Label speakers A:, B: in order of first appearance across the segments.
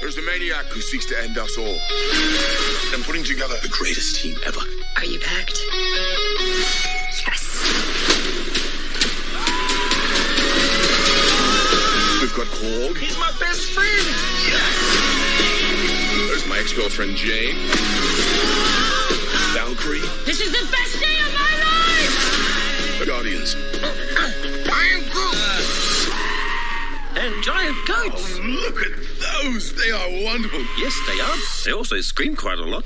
A: There's the maniac who seeks to end us all. I'm putting together the greatest team ever.
B: Are you packed? Yes.
A: We've got Korg. He's my best friend. There's my ex-girlfriend Jane. Valkyrie.
C: This is the best day of my life!
A: The Guardians.
D: And giant kites.
A: Look at those. They are wonderful.
D: Oh, Yes, they are. They also scream quite a lot.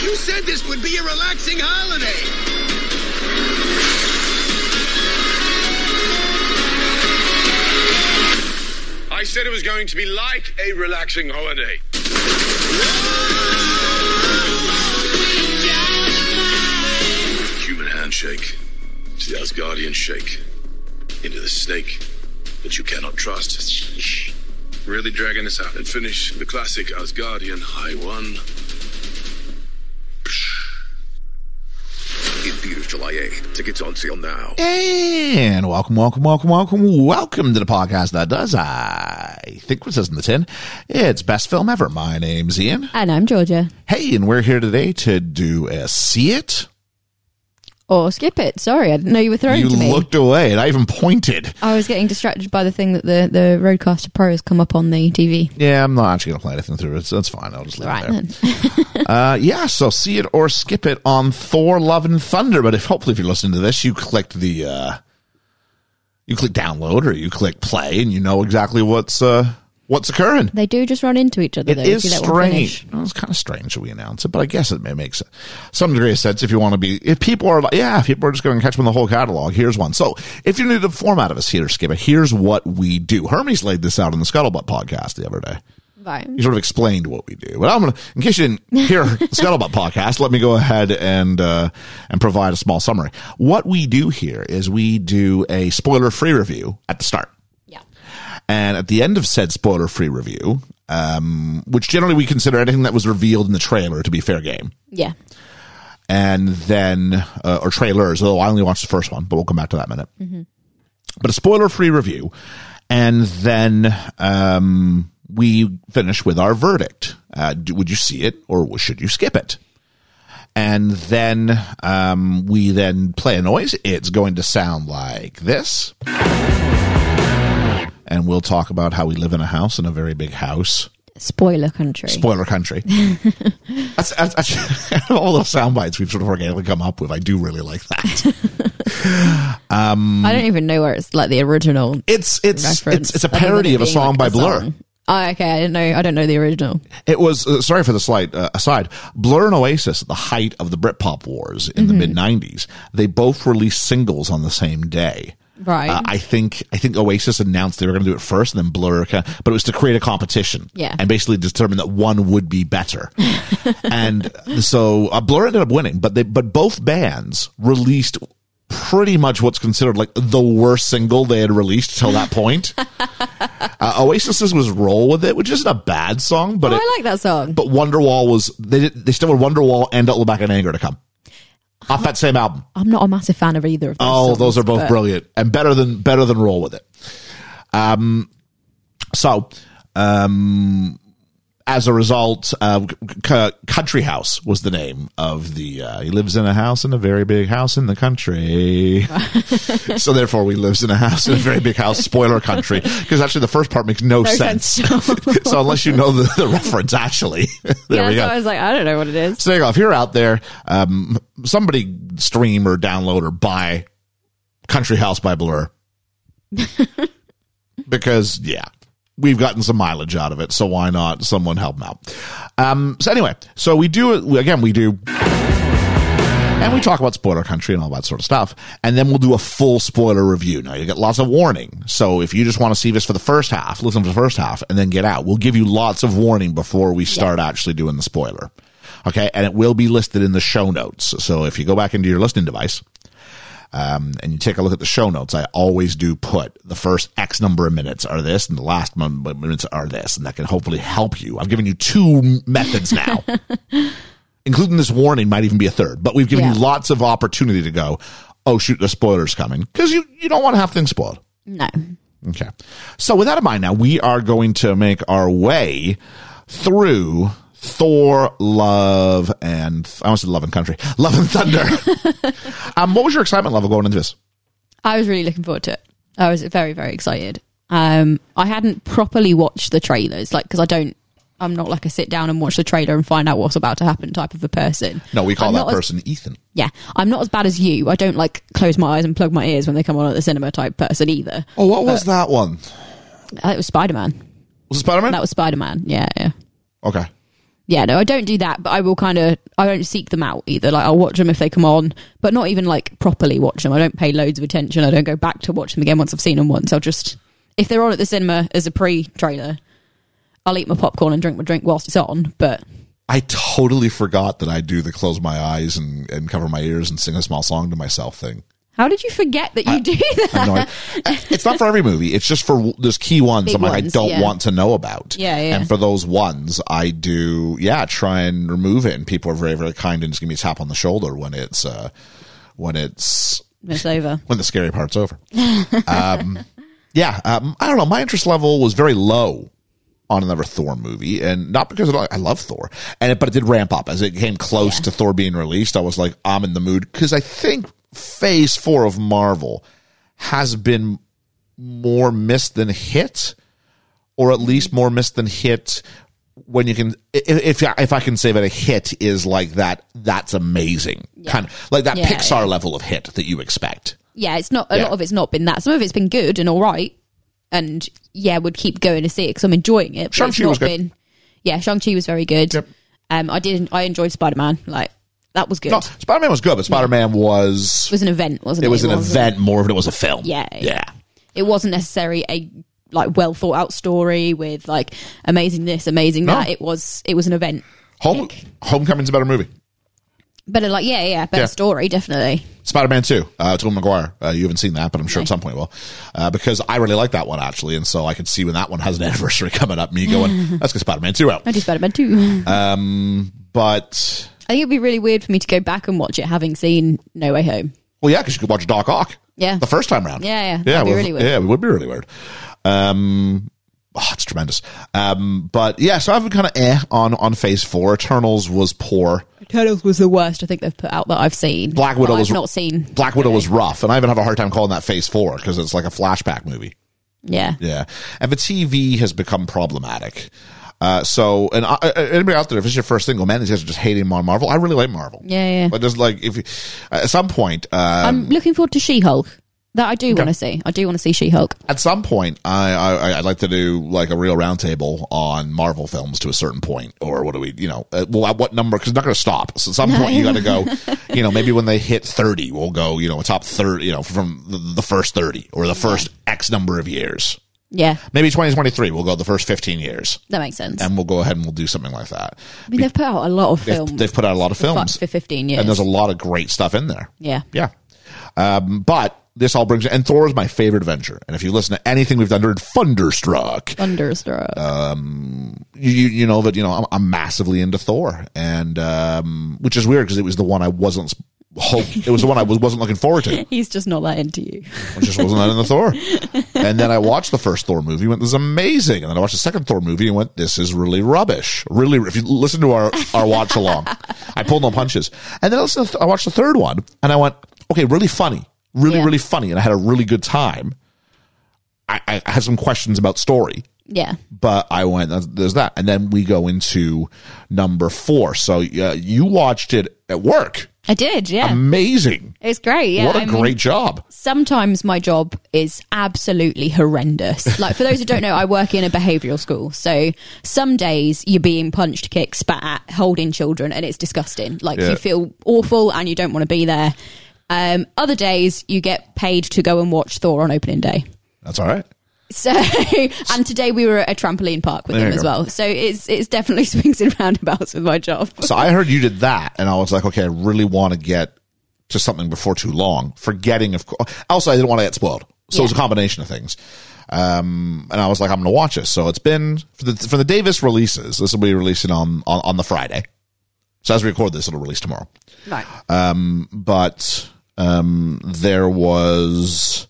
E: You said this would be a relaxing holiday.
A: I said it was going to be like a relaxing holiday. Human handshake. It's the Asgardian shake. Into the snake that you cannot trust. Really dragging this out. And finish the classic Asgardian high one.
F: In theaters July 8th. Tickets on sale now.
G: And welcome, welcome, welcome, welcome, welcome to the podcast that does. I think what says in the tin. It's best film ever. My name's Ian.
H: And I'm Georgia.
G: Hey, and we're here today to do a see it.
H: Or skip it. Sorry, I didn't know you were throwing
G: You
H: to me.
G: looked away, and I even pointed.
H: I was getting distracted by the thing that the, the Roadcaster Pro has come up on the TV.
G: Yeah, I'm not actually going to play anything through. It's that's fine. I'll just leave
H: Right
G: it there.
H: then.
G: Uh, yeah, so see it or skip it on Thor: Love and Thunder. But if hopefully, if you're listening to this, you clicked the uh, you click download or you click play, and you know exactly what's uh, what's occurring.
H: They do just run into each other,
G: It
H: though.
G: is
H: if you let one
G: strange.
H: finish.
G: Well, it's kind of strange that we announce it, but I guess it may make se- some degree of sense if you want to be. If people are like, yeah, if people are just going to catch them the whole catalog. Here's one. So if you're new to the format of us here, Skipper, here's what we do. Hermes laid this out in the Scuttlebutt podcast the other day.
H: Right.
G: He sort of explained what we do. But I'm gonna, in case you didn't hear the Scuttlebutt podcast, let me go ahead and uh, and provide a small summary. What we do here is we do a spoiler-free review at the start.
H: Yeah.
G: And at the end of said spoiler free review, um, which generally we consider anything that was revealed in the trailer to be fair game.
H: Yeah.
G: And then, uh, or trailers, although I only watched the first one, but we'll come back to that in a minute. But a spoiler free review. And then um, we finish with our verdict. Uh, do, would you see it or should you skip it? And then um, we then play a noise. It's going to sound like this and we'll talk about how we live in a house in a very big house.
H: Spoiler country.
G: Spoiler country. that's, that's, that's- out of all those sound bites we've sort of organically come up with. I do really like that.
H: I don't even know where it's like the original
G: It's it's
H: reference.
G: it's, it's a
H: other than
G: parody
H: it
G: of a
H: being,
G: song
H: like,
G: by
H: a
G: Blur.
H: song. Oh, okay. I didn't know. I don't know the original.
G: It was uh, sorry for the slight uh, aside. Blur and Oasis at the height of the Britpop wars in
H: Mm-hmm.
G: the mid '90s. They both released singles on the same day.
H: Right.
G: Uh, I think I think Oasis announced they were going to do it first, and then Blur. ca- But it was to create a competition,
H: Yeah.
G: and basically determine that one would be better. and so uh, Blur ended up winning, but they but both bands released pretty much what's considered like the worst single they had released till that point. uh, Oasis's was "Roll with It," which isn't a bad song, but
H: oh,
G: it,
H: I like that song.
G: but Wonderwall was they did, they still had Wonderwall and Out Back in Anger to come off that same album.
H: I'm not a massive fan of either of those.
G: Oh,
H: songs,
G: those are both
H: but-
G: brilliant and better than better than roll with it. Um, so um, as a result, uh, C- Country House was the name of the. Uh, he lives in a house in a very big house in the country. so therefore, we lives in a house in a very big house. Spoiler country because actually the first part makes no,
H: No
G: sense.
H: sense.
G: so unless you know the, the reference, actually, there
H: yeah,
G: we go.
H: so I was like, I don't know what it is.
G: So there you go. If you're out there, um, somebody stream or download or buy Country House by Blur. because, yeah, we've gotten some mileage out of it. So why not someone help them out? Um, so anyway, so we do, again, we do. And we talk about spoiler country and all that sort of stuff. And then we'll do a full spoiler review. Now, you get lots of warning. So if you just want to see this for the first half, listen for the first half and then get out. We'll give you lots of warning before we start actually doing the spoiler. Okay. And it will be listed in the show notes. So if you go back into your listening device, um, and you take a look at the show notes, I always do put the first X number of minutes are this and the last mon- minutes are this. And that can hopefully help you. I've given you two methods now including this warning might even be a third, but we've given
H: Yeah.
G: you lots of opportunity to go, oh shoot, the spoiler's coming because you you don't want to have things spoiled.
H: No.
G: Okay. So with that in mind, now we are going to make our way through Thor, Love, and I almost said Love and Country, Love and Thunder. um, what was your excitement level going into this?
H: I was really looking forward to it. I was very, very excited. Um, I hadn't properly watched the trailers, like, because I don't, I'm not like a sit down and watch the trailer and find out what's about to happen type of a person.
G: No, we call
H: I'm
G: that
H: not as-
G: person Ethan.
H: yeah, I'm not as bad as you. I don't like close my eyes and plug my ears when they come on at the cinema type person either.
G: Oh, what was that one?
H: Uh, It was Spider Man.
G: Was it Spider Man?
H: That was Spider Man. Yeah, yeah.
G: okay.
H: yeah, no, I don't do that, but I will kind of, I don't seek them out either. Like, I'll watch them if they come on, but not even like properly watch them. I don't pay loads of attention. I don't go back to watch them again once I've seen them once. I'll just, if they're on at the cinema as a pre trailer, I'll eat my popcorn and drink my drink whilst it's on, but
G: I totally forgot that I do the close my eyes and, and cover my ears and sing a small song to myself thing.
H: how did you forget that you do that?
G: I have no idea. it's not for every movie. It's just for those key ones.
H: Big
G: I'm like,
H: ones,
G: I don't
H: yeah.
G: want to know about.
H: Yeah, yeah.
G: And for those ones, I do. Yeah, try and remove it. And people are very, very kind and just give me a tap on the shoulder when it's uh, when it's
H: It's over.
G: when the scary part's over. um, yeah, um, I don't know. My interest level was very low on another Thor movie, and not because I, don't, I love Thor, and it, but it did ramp up as it came close
H: Yeah.
G: to Thor being released. I was like, I'm in the mood because I think Phase Four of Marvel has been more missed than hit, or at
H: Mm-hmm.
G: least more missed than hit. When you can, i- if if I can say that a hit is like that, that's amazing. Kind of like that
H: Yeah,
G: Pixar level of hit that you expect.
H: Yeah, it's not, a
G: Yeah.
H: lot of it's not been that. Some of it's been good and all right. And yeah, would keep going to see it because I'm enjoying it. but it's
G: Shang-Chi was
H: not
G: good.
H: been- Yeah, Shang-Chi was very good.
G: Yep.
H: Um, I did, I enjoyed Spider-Man. Like, that was good.
G: No, Spider Man was good, but Spider Man was
H: It was an event, wasn't it?
G: it was an
H: wasn't-
G: event more than it was a film.
H: Yeah, yeah.
G: yeah.
H: It wasn't necessarily a like well thought out story with like amazing this, amazing
G: No.
H: that. It was it was an event.
G: Home Homecoming's a better movie.
H: Better like yeah, yeah, better
G: Yeah.
H: story, definitely.
G: Spider Man Two, uh, Tobey Maguire. Uh, you haven't seen that, but I'm sure at some point will, uh, because I really like that one actually, and so I could see when that one has an anniversary coming up, me going, "Let's get Spider Man Two out."
H: I do Spider Man too.
G: But
H: I think it'd be really weird for me to go back and watch it having seen No Way Home.
G: Well, yeah, because you could watch Doc Ock.
H: Yeah.
G: The first time round.
H: Yeah, yeah.
G: Yeah,
H: That'd be
G: it would-
H: really weird.
G: Yeah, it would be really weird. Um, oh, it's tremendous. Um, but yeah, so I've been kind of eh on, on phase four. Eternals was poor.
H: Eternals was the worst I think they've put out that I've seen.
G: Black Widow
H: That I've
G: was
H: not seen.
G: Black Widow was rough, and I even have a hard time calling that phase four because it's like a flashback movie.
H: Yeah.
G: Yeah, and the TV has become problematic. Uh, so, and I, I- anybody out there, if it's your first thing, go, man, these guys are just hating on Marvel. I really like Marvel.
H: Yeah, yeah.
G: But just like if you- at some point, uh,
H: I'm looking forward to She Hulk. That I do want to see. I do want to see She Hulk.
G: at some point I, I i'd like to do like a real roundtable on marvel films to a certain point or what do we you know uh, well at what number because it's not going to stop so at some point you got to go you know maybe when they hit 30 we'll go you know a top 30 you know from the, the first 30 or the first x number of years
H: Yeah.
G: maybe 2023 we'll go the first 15 years
H: That makes sense.
G: and we'll go ahead and we'll do something like that
H: I mean they've put out a lot of
G: they've,
H: films
G: they've put out a lot of
H: for-
G: films
H: for fifteen years.
G: and there's a lot of great stuff in there
H: yeah.
G: yeah. Um, but this all brings and Thor is my favorite Avenger. And if you listen to anything we've done during Thunderstruck,
H: Thunderstruck.
G: you you, you know that you know I'm, I'm massively into Thor, and um, which is weird because it was the one I wasn't hope it was the one I was, wasn't looking forward to.
H: He's just not that into you.
G: I just wasn't that into Thor. And then I watched the first Thor movie, went this is amazing, and then I watched the second Thor movie and went this is really rubbish. Really, if you listen to our our watch along, I pulled no punches. And then I, listened to th- I watched the third one, and I went okay, really funny, really
H: Yeah.
G: really funny, and I had a really good time. I, I I had some questions about story,
H: Yeah.
G: but I went, "That's- there's that. And then we go into number four. So uh, you watched it at work.
H: I did, yeah.
G: Amazing.
H: it was great, yeah.
G: what a
H: I mean,
G: great job.
H: sometimes my job is absolutely horrendous. Like, for those who don't know, I work in a behavioural school. So some days you're being punched, kicked, spat at, holding children, and it's disgusting. Like,
G: Yeah.
H: you feel awful and you don't want to be there. Um, other days you get paid to go and watch Thor on opening day.
G: That's all right.
H: So, and today we were at a trampoline park with
G: There
H: him
G: you
H: as
G: go.
H: well. So it's it's definitely swings and roundabouts with my job.
G: So I heard you did that, and I was like, okay, I really want to get to something before too long. Forgetting, of course. Also, I didn't want to get spoiled, so it was a
H: Yeah.
G: combination of things. Um, and I was like, I'm going to watch this. So it's been for the for the Davis releases. This will be releasing on on, on the Friday. So as we record this, it'll release tomorrow.
H: Right.
G: but Um, there was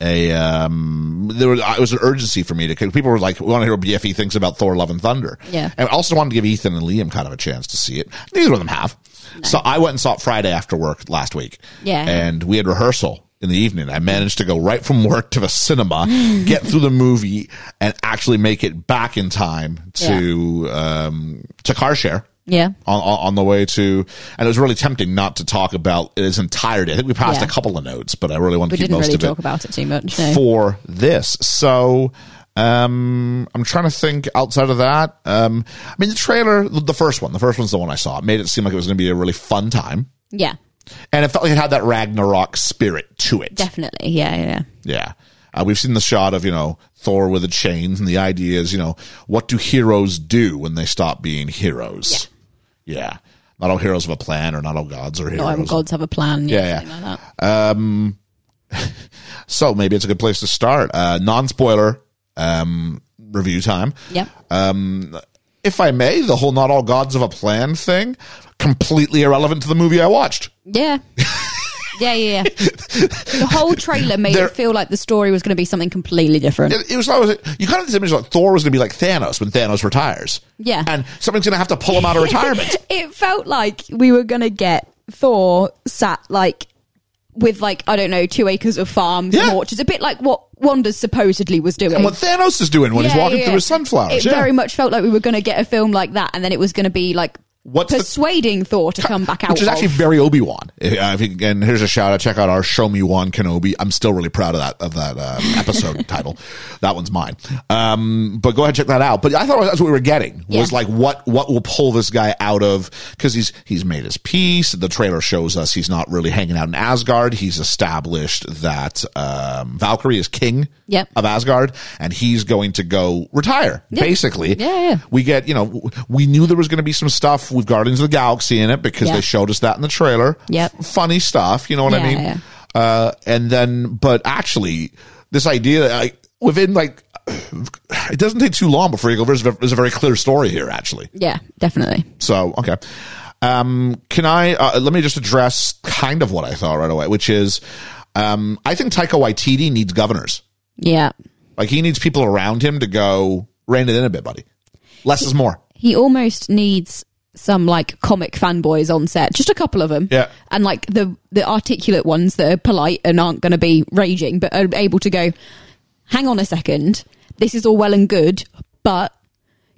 G: a um, there was, it was an urgency for me to because people were like, we want to hear what BFE thinks about Thor: Love and Thunder.
H: Yeah.
G: and I also wanted to give Ethan and Liam kind of a chance to see it. Neither of them have. So I went and saw it Friday after work last week.
H: Yeah.
G: and we had rehearsal. In the evening, I managed to go right from work to the cinema, get through the movie, and actually make it back in time to um, to car share
H: Yeah.
G: on, on on the way to, and it was really tempting not to talk about its entirety. I think we passed
H: Yeah.
G: a couple of notes, but I really wanted
H: We
G: to keep
H: didn't
G: most
H: really
G: of it
H: talk about it too much. No.
G: for this. So, um, I'm trying to think outside of that. Um, I mean, the trailer, the the first one, the first one's the one I saw. It made it seem like it was going to be a really fun time.
H: yeah,
G: And it felt like it had that Ragnarok spirit to it.
H: definitely. Yeah, yeah, yeah.
G: Yeah. Uh, we've seen the shot of, you know, Thor with the chains, and the idea is, you know, what do heroes do when they stop being heroes? Yeah. Not all heroes have a plan, or not all gods are heroes.
H: Not all gods have a plan.
G: Yeah, yeah.
H: something like that.
G: So maybe it's a good place to start. Uh, non spoiler um, review time.
H: Yep.
G: Uh, If I may, the whole not all gods have a plan thing, completely irrelevant to the movie I watched.
H: Yeah. Yeah, yeah, yeah. The whole trailer made
G: There-
H: it feel like the story was going to be something completely different.
G: It, it was always, you kind of had this image like Thor was going to be like Thanos when Thanos retires.
H: Yeah.
G: And somebody's going to have to pull him out of retirement.
H: It felt like we were going to get Thor sat like with like I don't know two acres of farms
G: Yeah.
H: and orchards, a bit like what Wanda supposedly was doing.
G: and what Thanos is doing when he's
H: Yeah,
G: walking
H: yeah,
G: through
H: yeah.
G: his sunflowers.
H: It
G: yeah.
H: very much felt like we were going to get a film like that, and then it was going to be like
G: What's the-
H: persuading Thor to come back out.
G: Which is
H: of-
G: actually very uh, Obi Wan. And here's a shout out. Check out our "Show Me Wan Kenobi." I'm still really proud of that of that um, episode title. That one's mine. Um, but go ahead and check that out. But I thought that's what we were getting was
H: Yeah.
G: like what what will pull this guy out of because he's he's made his peace. The trailer shows us he's not really hanging out in Asgard. He's established that um, Valkyrie is king
H: Yep.
G: of Asgard, and he's going to go retire basically.
H: Yeah, yeah.
G: We get, you know, w- we knew there was going to be some stuff with Guardians of the Galaxy in it because
H: Yeah.
G: they showed us that in the trailer.
H: Yep.
G: F- funny stuff, you know what I
H: Yeah,
G: mean?
H: yeah.
G: Uh, and then, but actually, this idea, like, within like, it doesn't take too long before you go, there's, a- there's a very clear story here, actually.
H: yeah, definitely.
G: So okay, um, can I? Uh, let me just address kind of what I thought right away, which is, um, I think Taika Waititi needs governors.
H: Yeah,
G: Like he needs people around him to go rein it in a bit, buddy. Less is more.
H: he almost needs some like comic fanboys on set, just a couple of them.
G: Yeah.
H: and like the the articulate ones that are polite and aren't going to be raging, but are able to go. Hang on a second. This is all well and good, but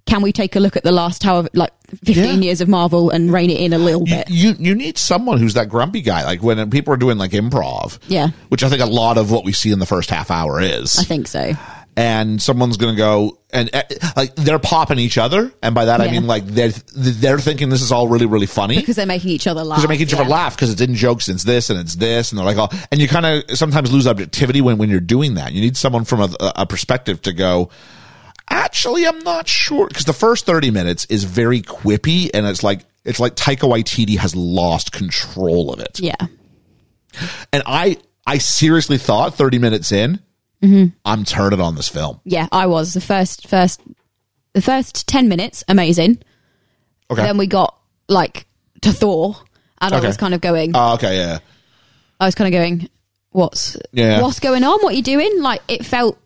H: can we take a look at the last however like fifteen
G: Yeah.
H: years of Marvel and rein it in a little
G: You,
H: bit?
G: you you need someone who's that grumpy guy. Like when people are doing like improv,
H: Yeah.
G: which I think a lot of what we see in the first half hour is.
H: I think so.
G: and someone's going to go and uh, like they're popping each other, and by that I
H: Yeah.
G: mean like they're they're thinking this is all really really funny
H: because they're making each other laugh.
G: because they're making each other
H: yeah.
G: laugh because it's in jokes and it's this and it's this and they're like oh and you kind of sometimes lose objectivity when when you're doing that you need someone from a, a perspective to go actually i'm not sure because the first 30 minutes is very quippy and it's like it's like taika waititi has lost control of it
H: Yeah,
G: and i i seriously thought 30 minutes in
H: Mm-hmm.
G: i'm turning on this film
H: yeah. I was the first, first, the first ten minutes amazing.
G: okay
H: Then we got like to Thor, and
G: Okay.
H: I was kind of going,
G: Oh, okay yeah
H: I was kind of going, what's
G: Yeah.
H: what's going on? What are you doing? Like it felt,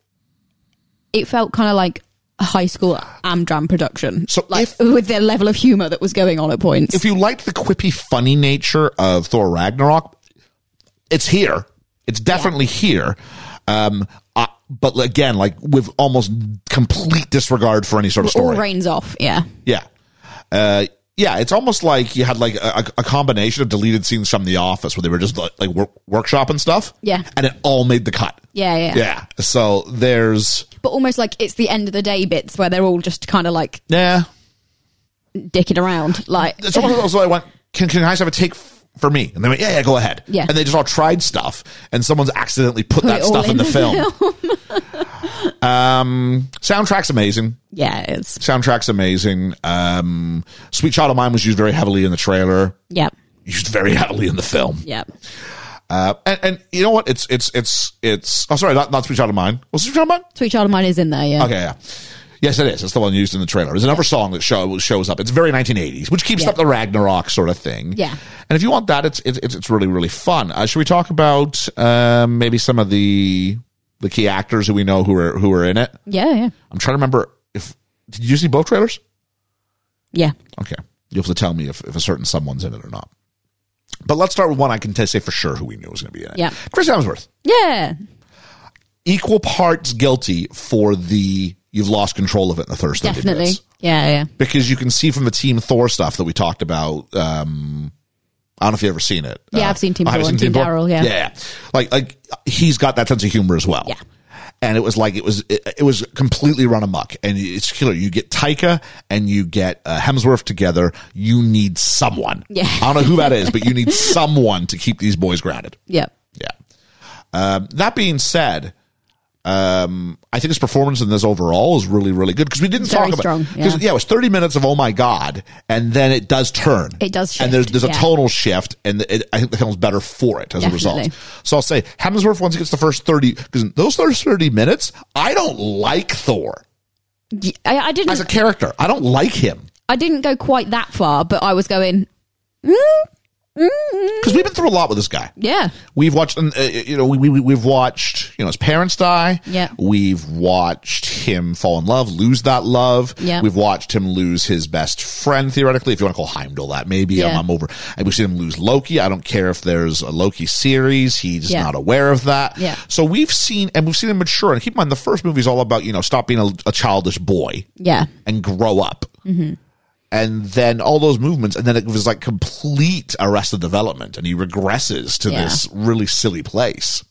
H: it felt kind of like a high school Amdram production.
G: So
H: like
G: if-
H: with the level of humor that was going on at points.
G: if you liked the quippy, funny nature of Thor Ragnarok, it's here. It's definitely here. Um, I, but again, like with almost complete disregard for any sort of
H: all
G: story.
H: rains off. Yeah,
G: Yeah. Uh, yeah, it's almost like you had like a, a combination of deleted scenes from The Office where they were just like, like work, workshop and stuff.
H: Yeah.
G: And it all made the cut.
H: yeah, yeah,
G: Yeah. So there's,
H: But almost like it's the end of the day bits where they're all just kind of like
G: yeah,
H: dicking around. Like
G: it's almost also I went, can, can you guys have a take f- for me? And they went, yeah, yeah, go ahead.
H: Yeah.
G: And they just all tried stuff and someone's accidentally put,
H: Put
G: that
H: it all
G: stuff in,
H: in
G: the,
H: the
G: film. um, soundtrack's amazing.
H: yeah, it's
G: Soundtrack's amazing. Um, Sweet Child of Mine was used very heavily in the trailer,
H: yeah,
G: used very heavily in the film.
H: yeah.
G: Uh, and, and you know what? It's, it's, it's, it's, oh, sorry, not, not Sweet Child of Mine. Was Sweet Child of Mine?
H: Sweet Child of Mine is in there. Yeah,
G: Okay, yeah. Yes, it is. It's the one used in the trailer. There's another song that show, shows up. It's very 1980s, which keeps
H: Yeah.
G: up the Ragnarok sort of thing.
H: Yeah.
G: And if you want that, it's it's it's, it's really really fun. Uh, should we talk about um, maybe some of the the key actors who we know who are who are in it?
H: Yeah, yeah,
G: I'm trying to remember if did you see both trailers?
H: yeah.
G: Okay, you have to tell me if, if a certain someone's in it or not. But let's start with one I can t- say for sure who we knew was going to be in it.
H: Yeah.
G: Chris Hemsworth,
H: Yeah.
G: equal parts guilty for the you've lost control of it in the first 30
H: Definitely.
G: minutes.
H: Yeah, yeah.
G: because you can see from the Team Thor stuff that we talked about. Um, I don't know if you've ever seen it.
H: Yeah, I've seen Team
G: I haven't
H: Thor and Team Daryl, yeah.
G: yeah, like like he's got that sense of humor as well.
H: Yeah.
G: and it was like it was it, it was completely run amok, and it's killer. You get Taika and you get uh, Hemsworth together. You need someone.
H: Yeah.
G: I don't know who that is, but you need someone to keep these boys grounded.
H: Yeah.
G: Yeah. Um, that being said, um, I think his performance in this overall is really, really good because we didn't
H: Very
G: talk about
H: strong,
G: 'cause,
H: yeah.
G: it was thirty minutes of oh my god, and then it does turn.
H: It does
G: and there's
H: shift,
G: there's a
H: yeah.
G: tonal shift, and it, I think the film's better for it as a result.
H: Definitely.
G: So I'll say Hemsworth once he gets the first thirty because those first thirty minutes, I don't like Thor
H: Y- I, I
G: as a
H: didn't.
G: character. I don't like him
H: I didn't go quite that far, but I was going. "Mm,
G: because we've been through a lot with this guy.
H: Yeah.
G: We've watched, and, uh, you know, we, we, we've watched, you know, his parents die.
H: Yeah.
G: We've watched him fall in love, lose that love.
H: Yeah.
G: We've watched him lose his best friend, theoretically, if you want to call Heimdall that. Maybe I'm,
H: Yeah.
G: I'm over. And we've seen him lose Loki. I don't care if there's a Loki series. He's
H: Yeah.
G: not aware of that.
H: Yeah.
G: So we've seen, and we've seen him mature. And keep in mind, the first movie is all about, you know, stop being a, a childish boy
H: Yeah.
G: and grow up. And then all those movements, and then it was like complete arrested development, and he regresses to
H: Yeah.
G: this really silly place.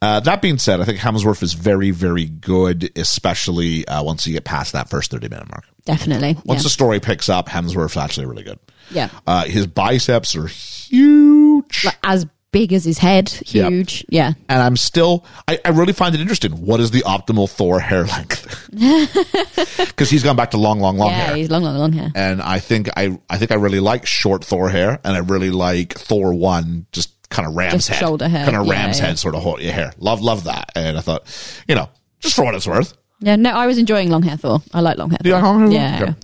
G: Uh, that being said, I think Hemsworth is very, very good, especially uh, once you get past that first 30 minute mark.
H: Definitely.
G: Once
H: Yeah.
G: the story picks up, Hemsworth's actually really good.
H: Yeah.
G: Uh, his biceps are huge.
H: Like, as big as his head,
G: Yeah.
H: huge. Yeah.
G: and I'm still I, I really find it interesting. What is the optimal Thor hair length? Because he's gone back to long, long, long
H: Yeah.
G: hair.
H: He's long, long, long hair.
G: and I think I I think I really like short Thor hair, and I really like Thor one just kind of ram's
H: Just
G: head,
H: shoulder hair,
G: kind of
H: yeah,
G: ram's
H: yeah.
G: head sort of ho- hair. Love love that, and I thought, you know, just for what it's worth,
H: Yeah. No, I was enjoying long hair Thor. I like long hair.
G: you
H: Thor.
G: like long hair?
H: Yeah.
G: Okay.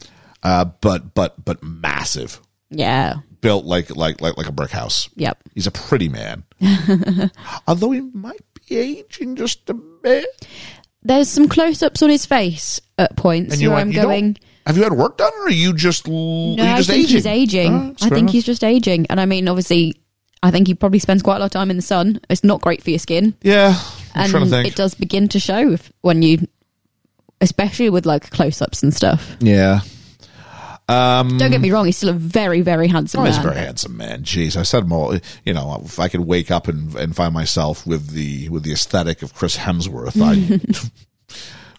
G: Uh, but but but massive,
H: Yeah.
G: built like like like like a brick house.
H: Yep.
G: He's a pretty man, although he might be aging just a bit.
H: There's some close-ups on his face at points where
G: went,
H: I'm
G: "You don't-
H: going.
G: Have you had work done, or are you just l-
H: No,
G: are you
H: I
G: just
H: think
G: aging?
H: he's aging.
G: Alright, that's
H: I
G: fair
H: think
G: enough.
H: he's just aging, and I mean, obviously, I think he probably spends quite a lot of time in the sun. It's not great for your skin,
G: yeah. I'm trying to
H: and
G: think.
H: it does begin to show if, when you, especially with like close-ups and stuff.
G: yeah.
H: Don't get me wrong; he's still a very, very handsome
G: Mm. Oh, he's a
H: man.
G: very handsome man. Jeez, I said more. You know, if I could wake up and and find myself with the with the aesthetic of Chris Hemsworth, I'd,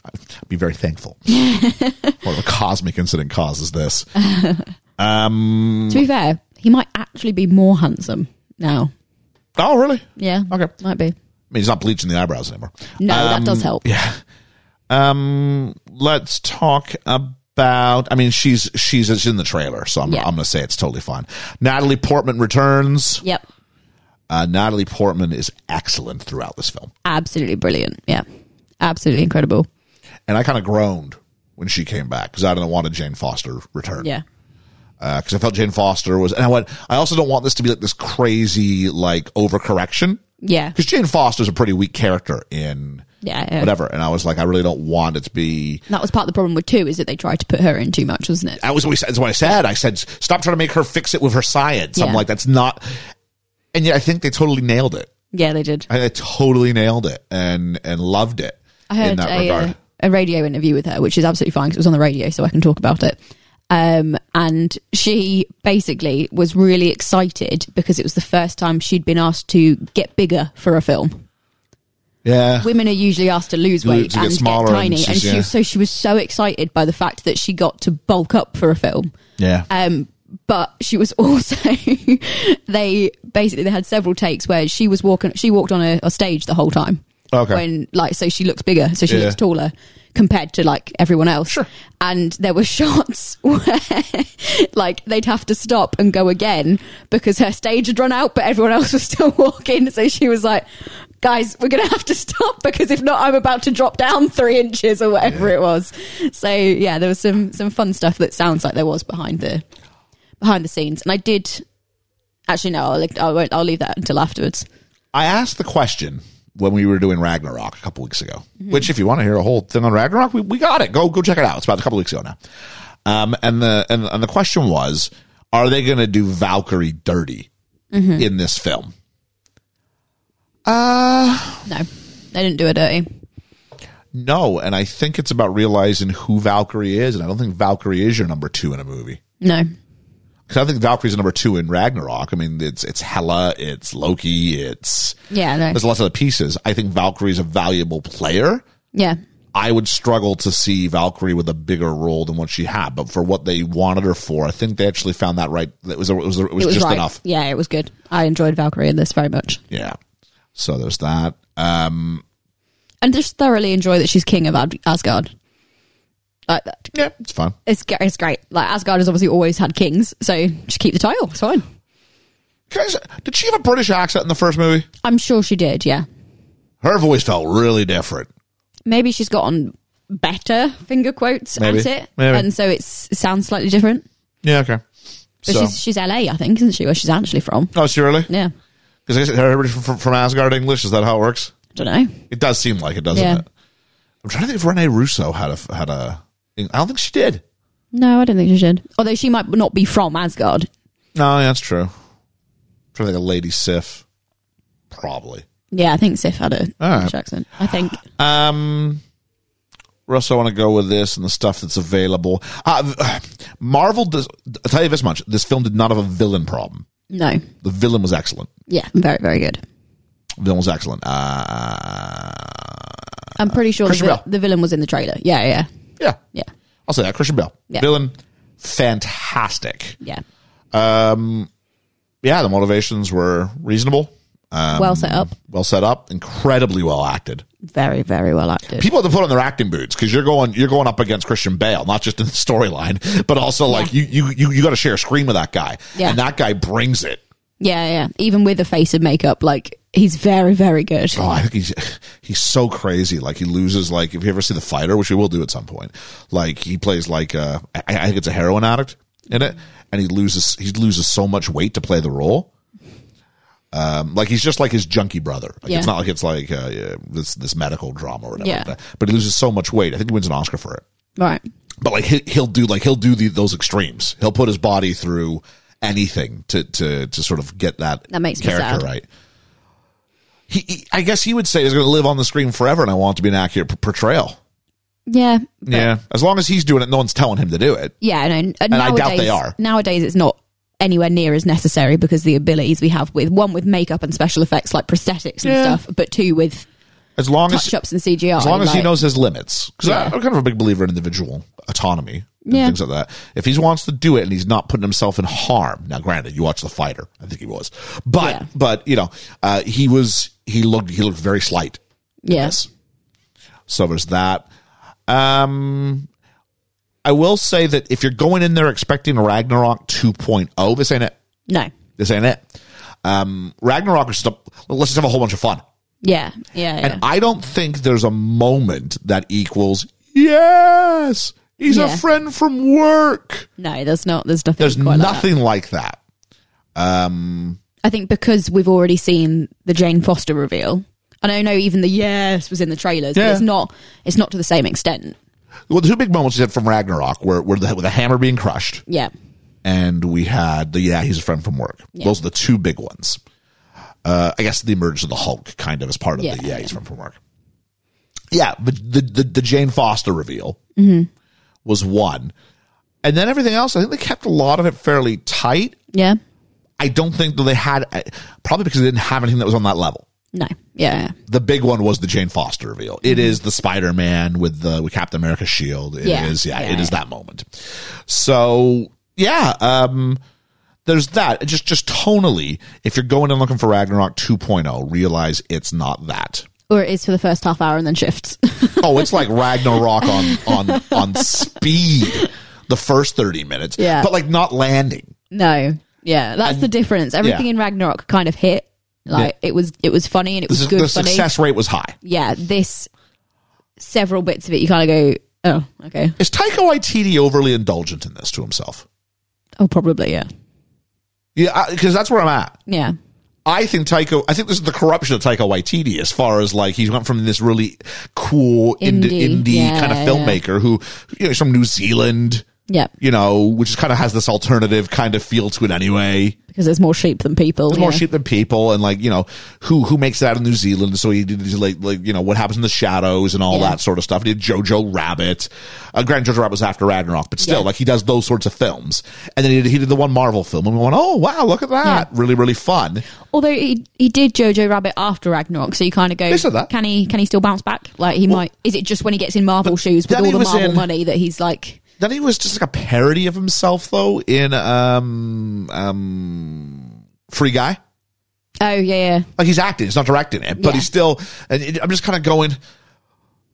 G: I'd be very thankful. what a cosmic incident causes this.
H: to be fair, he might actually be more handsome now.
G: Oh, really? I
H: Yeah.
G: Okay. Um,
H: Might be.
G: mean, he's not bleaching the eyebrows anymore.
H: No, that does help. Yeah.
G: Let's talk about. I mean, she's she's, she's in the trailer, so I'm
H: Yeah.
G: I'm going to say it's totally fine. Natalie Portman returns.
H: Yep.
G: Uh, Natalie Portman is excellent throughout this film.
H: Absolutely brilliant. Yeah. Absolutely incredible.
G: and I kind of groaned when she came back because I didn't want a Jane Foster return.
H: Yeah.
G: because Uh, I felt Jane Foster was, and I went. I also don't want this to be like this crazy like overcorrection
H: Yeah.
G: because Jane Foster's a pretty weak character in
H: Yeah, yeah.
G: whatever, and I was like, I really don't want it to be.
H: That was part of the problem with two is that they tried to put her in too much, wasn't it?
G: That was what we said- that's what I said. I said, stop trying to make her fix it with her science. I'm
H: Yeah.
G: like, that's not. And yet, I think they totally nailed it.
H: Yeah, they did.
G: I, I totally nailed it and and loved it
H: I heard
G: in that
H: a,
G: regard.
H: uh, a radio interview with her, which is absolutely fine because it was on the radio, so I can talk about it. Um, and she basically was really excited because it was the first time she'd been asked to get bigger for a film.
G: yeah,
H: Women are usually asked to lose
G: To-
H: weight
G: to get
H: and get,
G: smaller and
H: tiny, and,
G: she's-
H: she
G: yeah.
H: was, so she was so excited by the fact that she got to bulk up for a film.
G: yeah.
H: Um, but she was also they basically they had several takes where she was walking she walked on a, a stage the whole time.
G: Okay.
H: When like so she looks bigger, so she
G: Yeah.
H: looks taller compared to like everyone else.
G: Sure.
H: And there were shots where like they'd have to stop and go again because her stage had run out, but everyone else was still walking. So she was like, guys, we're going to have to stop because if not, I'm about to drop down three inches or whatever it was. So yeah, there was some some fun stuff that sounds like there was behind the behind the scenes, and I did. Actually, no, I'll, I won't. I'll leave that until afterwards.
G: I asked the question when we were doing Ragnarok a couple weeks ago, which if you want to hear a whole thing on Ragnarok, we, we got it. Go go check it out. It's about a couple weeks ago now. Um, and the and, and the question was, are they going to do Valkyrie dirty in this film?
H: No, they didn't do it dirty.
G: No, and I think it's about realizing who Valkyrie is, and I don't think Valkyrie is your number two in a movie.
H: No,
G: Because I think Valkyrie's number two in Ragnarok. I mean, it's it's Hela, it's Loki, it's
H: yeah, no,
G: there's lots of other pieces. I think Valkyrie's a valuable player.
H: yeah,
G: I would struggle to see Valkyrie with a bigger role than what she had, but for what they wanted her for, I think they actually found that right. That was it was it was,
H: it was
G: just
H: right.
G: enough.
H: Yeah, it was good. I enjoyed Valkyrie in this very much,
G: Yeah. So there's that. Um,
H: and just thoroughly enjoy that she's king of Ad- Asgard. Like that.
G: yeah, it's fine.
H: It's, g- it's great. Like Asgard has obviously always had kings, so just keep the title. It's fine.
G: Guys, Did she have a British accent in the first movie?
H: I'm sure she did. Yeah,
G: Her voice felt really different.
H: maybe she's gotten better finger quotes
G: Maybe.
H: at it,
G: Maybe.
H: and so it's, it sounds slightly different.
G: Yeah, okay.
H: But
G: So,
H: she's she's LA, I think, isn't she? Where she's actually from?
G: oh, she really?
H: Yeah,
G: Because I guess everybody from, from Asgard English is that how it works?
H: I don't know.
G: It does seem like it, doesn't
H: Yeah.
G: it? I'm trying to think if Rene Russo had a had a. I don't think she did.
H: No, I don't think she did. Although she might not be from Asgard.
G: No, yeah, that's true. I'm trying to think of Lady Sif. Probably.
H: Yeah, I think Sif had a
G: right.
H: British accent. I think.
G: Um, Russ, I want to go with this and the stuff that's available. Uh, Marvel does. I'll tell you this much: this film did not have a villain problem.
H: No.
G: The villain was excellent.
H: Yeah, very, very good.
G: The villain was excellent. Uh,
H: I'm pretty sure the,
G: Christian
H: vil-
G: Bale.
H: the villain was in the trailer. Yeah, yeah,
G: yeah,
H: yeah,
G: I'll say that. Christian Bell,
H: Yeah.
G: villain, fantastic.
H: yeah.
G: Yeah, the motivations were reasonable, Um,
H: well set up.
G: well set up, incredibly well acted.
H: Very, very well acted.
G: people have to put on their acting boots because you're going you're going up against Christian Bale, not just in the storyline, but also like you you you, you got to share a screen with that guy,
H: Yeah.
G: and that guy brings it.
H: yeah, yeah. Even with the face and makeup, like he's very, very good.
G: Oh, I think he's he's so crazy. Like he loses. Like if you ever see the fighter, which we will do at some point, like he plays like uh, I, I think it's a heroin addict in it, and he loses he loses so much weight to play the role. Um, like he's just like his junkie brother. Like
H: Yeah.
G: It's not like it's like uh, yeah, this this medical drama or whatever.
H: Yeah.
G: like that. But he loses so much weight. I think he wins an Oscar for it.
H: Right.
G: but like he, he'll do like he'll do the, those extremes. He'll put his body through anything to to to sort of get that
H: That makes me
G: character
H: sad.
G: right. He, he, I guess he would say he's going to live on the screen forever, and I want it to be an accurate p- portrayal.
H: Yeah.
G: yeah, as long as he's doing it, no one's telling him to do it.
H: Yeah, no, and,
G: I doubt
H: nowadays,
G: they are.
H: Nowadays, it's not anywhere near as necessary because the abilities we have with one with makeup and special effects like prosthetics and stuff, but two with
G: As long as
H: touch ups and CGI.
G: as long as he
H: like-
G: knows his limits, because
H: Yeah.
G: I'm kind of a big believer in individual autonomy and
H: Yeah.
G: things like that. If he wants to do it and he's not putting himself in harm, now granted, you watch the fighter, I think he was, but
H: Yeah.
G: but you know, uh, he was he looked he looked very slight.
H: Yeah.
G: Yes. So there's that. Um, I will say that if you're going in there expecting Ragnarok 2.0, this ain't it.
H: No.
G: This ain't it. Um, Ragnarok is just a, let's just have a whole bunch of fun.
H: Yeah. Yeah. yeah.
G: And I don't think there's a moment that equals yes. He's
H: Yeah.
G: a friend from work.
H: no, there's not. There's nothing.
G: There's
H: quite like that.
G: nothing like that.
H: I think because we've already seen the Jane Foster reveal, and I know even the yes was in the trailers, but
G: Yeah.
H: it's not. It's not to the same extent.
G: Well, the two big moments we had from Ragnarok were, were the, with the hammer being crushed.
H: Yeah.
G: and we had the yeah he's a friend from work those are the two big ones uh i guess the emergence of the hulk kind of is part of
H: Yeah.
G: the yeah he's a friend from work yeah but the the, the jane foster reveal was one and then everything else i think they kept a lot of it fairly tight
H: Yeah.
G: i don't think that they had I- probably because they didn't have anything that was on that level
H: No. Yeah.
G: the big one was the Jane Foster reveal.
H: Mm-hmm.
G: It is the Spider Man with the with Captain America's shield. It is
H: Yeah.
G: yeah,
H: Yeah,
G: it is
H: yeah.
G: that moment. So yeah, um, there's that. Just just tonally, if you're going and looking for Ragnarok 2.0, realize it's not that.
H: Or it is for the first half hour and then shifts.
G: Oh, it's like Ragnarok on on on speed. The first thirty minutes,
H: Yeah.
G: but like not landing.
H: no. Yeah. That's the difference. Everything in Ragnarok kind of hit Like it was, it was funny and it
G: The,
H: was
G: su-
H: good
G: the
H: funny.
G: success rate was high.
H: yeah, this several bits of it, you kind of go, oh, okay,
G: Is Taika Waititi overly indulgent in this to himself?
H: oh, probably, yeah,
G: Yeah, because that's where I'm at.
H: yeah,
G: I think Taika. I think this is the corruption of Taika Waititi as far as like he went from this really cool indie,
H: Indie,
G: indie
H: yeah,
G: kind of
H: yeah.
G: filmmaker who you know he's from New Zealand,
H: yeah,
G: you know, which is kind of has this alternative kind of feel to it anyway.
H: because there's more sheep than people.
G: There's more
H: yeah.
G: sheep than people, and like you know who who makes it out of New Zealand. So he did these like like you know what happens in the shadows and all
H: Yeah.
G: that sort of stuff. He did Jojo Rabbit, uh, Grand Jojo Rabbit was after Ragnarok, but still
H: Yeah.
G: like he does those sorts of films. And then he did, he did the one Marvel film, and we went, oh wow, look at that, really really fun.
H: Although he he did Jojo Rabbit after Ragnarok, so you kind of go,
G: They said that.
H: can he can he still bounce back? Like he might. Is it just when he gets in Marvel
G: But
H: shoes with
G: then
H: all
G: he
H: the
G: was
H: Marvel
G: in-
H: money that he's like,
G: Then he was just like a parody of himself though in um um Free Guy.
H: oh yeah, yeah.
G: like he's acting, he's not directing it, but
H: Yeah.
G: he's still. And it- I'm just kind of going,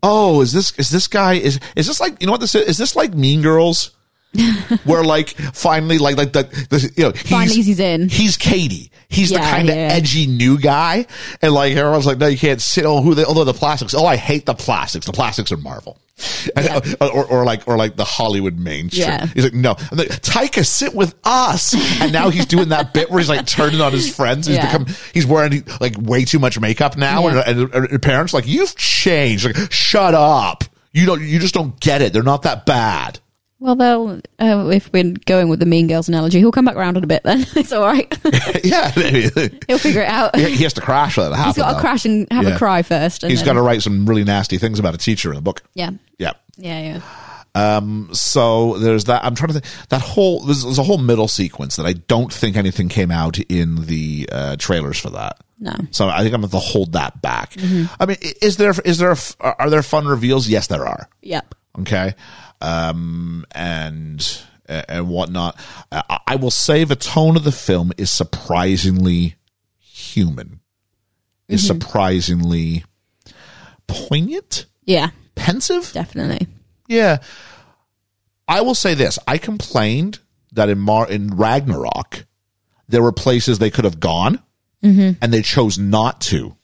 G: oh, is this is this guy is is this like you know what this is? Is this like Mean Girls? Where like finally like like the, the you know he's,
H: Finally he's in.
G: he's Katie he's the
H: Yeah,
G: kind of
H: yeah.
G: edgy new guy and like everyone's like no you can't sit oh who they although the plastics oh I hate the plastics the plastics are Marvel And- uh, or, or like or like the Hollywood mainstream
H: Yeah.
G: he's like no I'm like, Taika sit with us and now he's doing that bit where he's like turning on his friends he's
H: Yeah.
G: become he's wearing like way too much makeup now
H: Yeah.
G: and, and, and her parents like you've changed like shut up you don't you just don't get it they're not that bad
H: Well, they'll uh, if we're going with the Mean Girls analogy, he'll come back round in a bit. Then it's all right.
G: yeah
H: he'll figure it out.
G: he he has to crash that happen,
H: He's got to
G: though.
H: crash and have
G: Yeah.
H: a cry first. And
G: he's
H: then-
G: got to write some really nasty things about a teacher in the book
H: Yeah.
G: yeah
H: Yeah, yeah.
G: so there's that i'm trying to think that whole there's, there's a whole middle sequence that i don't think anything came out in the uh, trailers for that
H: No. Mm-hmm.
G: so i think i'm going to hold that back i mean i- is there is there are there fun reveals yes there are
H: Yep.
G: okay um and uh, and whatnot Uh, I, I will say the tone of the film is surprisingly human is
H: Mm-hmm.
G: surprisingly poignant
H: Yeah,
G: pensive
H: definitely.
G: yeah i will say this i complained that in Mar- in ragnarok there were places they could have gone
H: Mm-hmm.
G: and they chose not to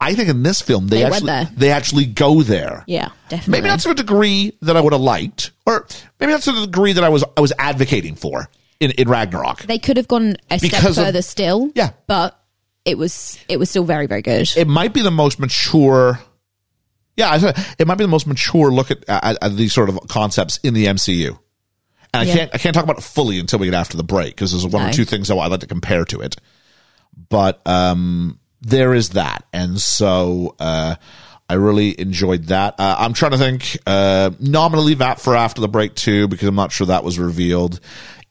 G: i think in this film they,
H: They went
G: actually
H: there.
G: they actually go there
H: Yeah, definitely.
G: maybe not to a degree that I would have liked, or maybe not to the degree that I was I was advocating for in, in Ragnarok.
H: They could have gone a step
G: Because of-
H: further still.
G: Yeah.
H: But it was it was still very, very good.
G: It might be the most mature. Yeah, I said it might be the most mature look at, at, at these sort of concepts in the MCU. And I
H: Yeah.
G: can't I can't talk about it fully until we get after the break because there's one or
H: No.
G: two things that I'd like to compare to it. But um, there is that, and so uh, I really enjoyed that. Uh, I'm trying to think. Uh, no, I'm going to leave that for after the break too because I'm not sure that was revealed.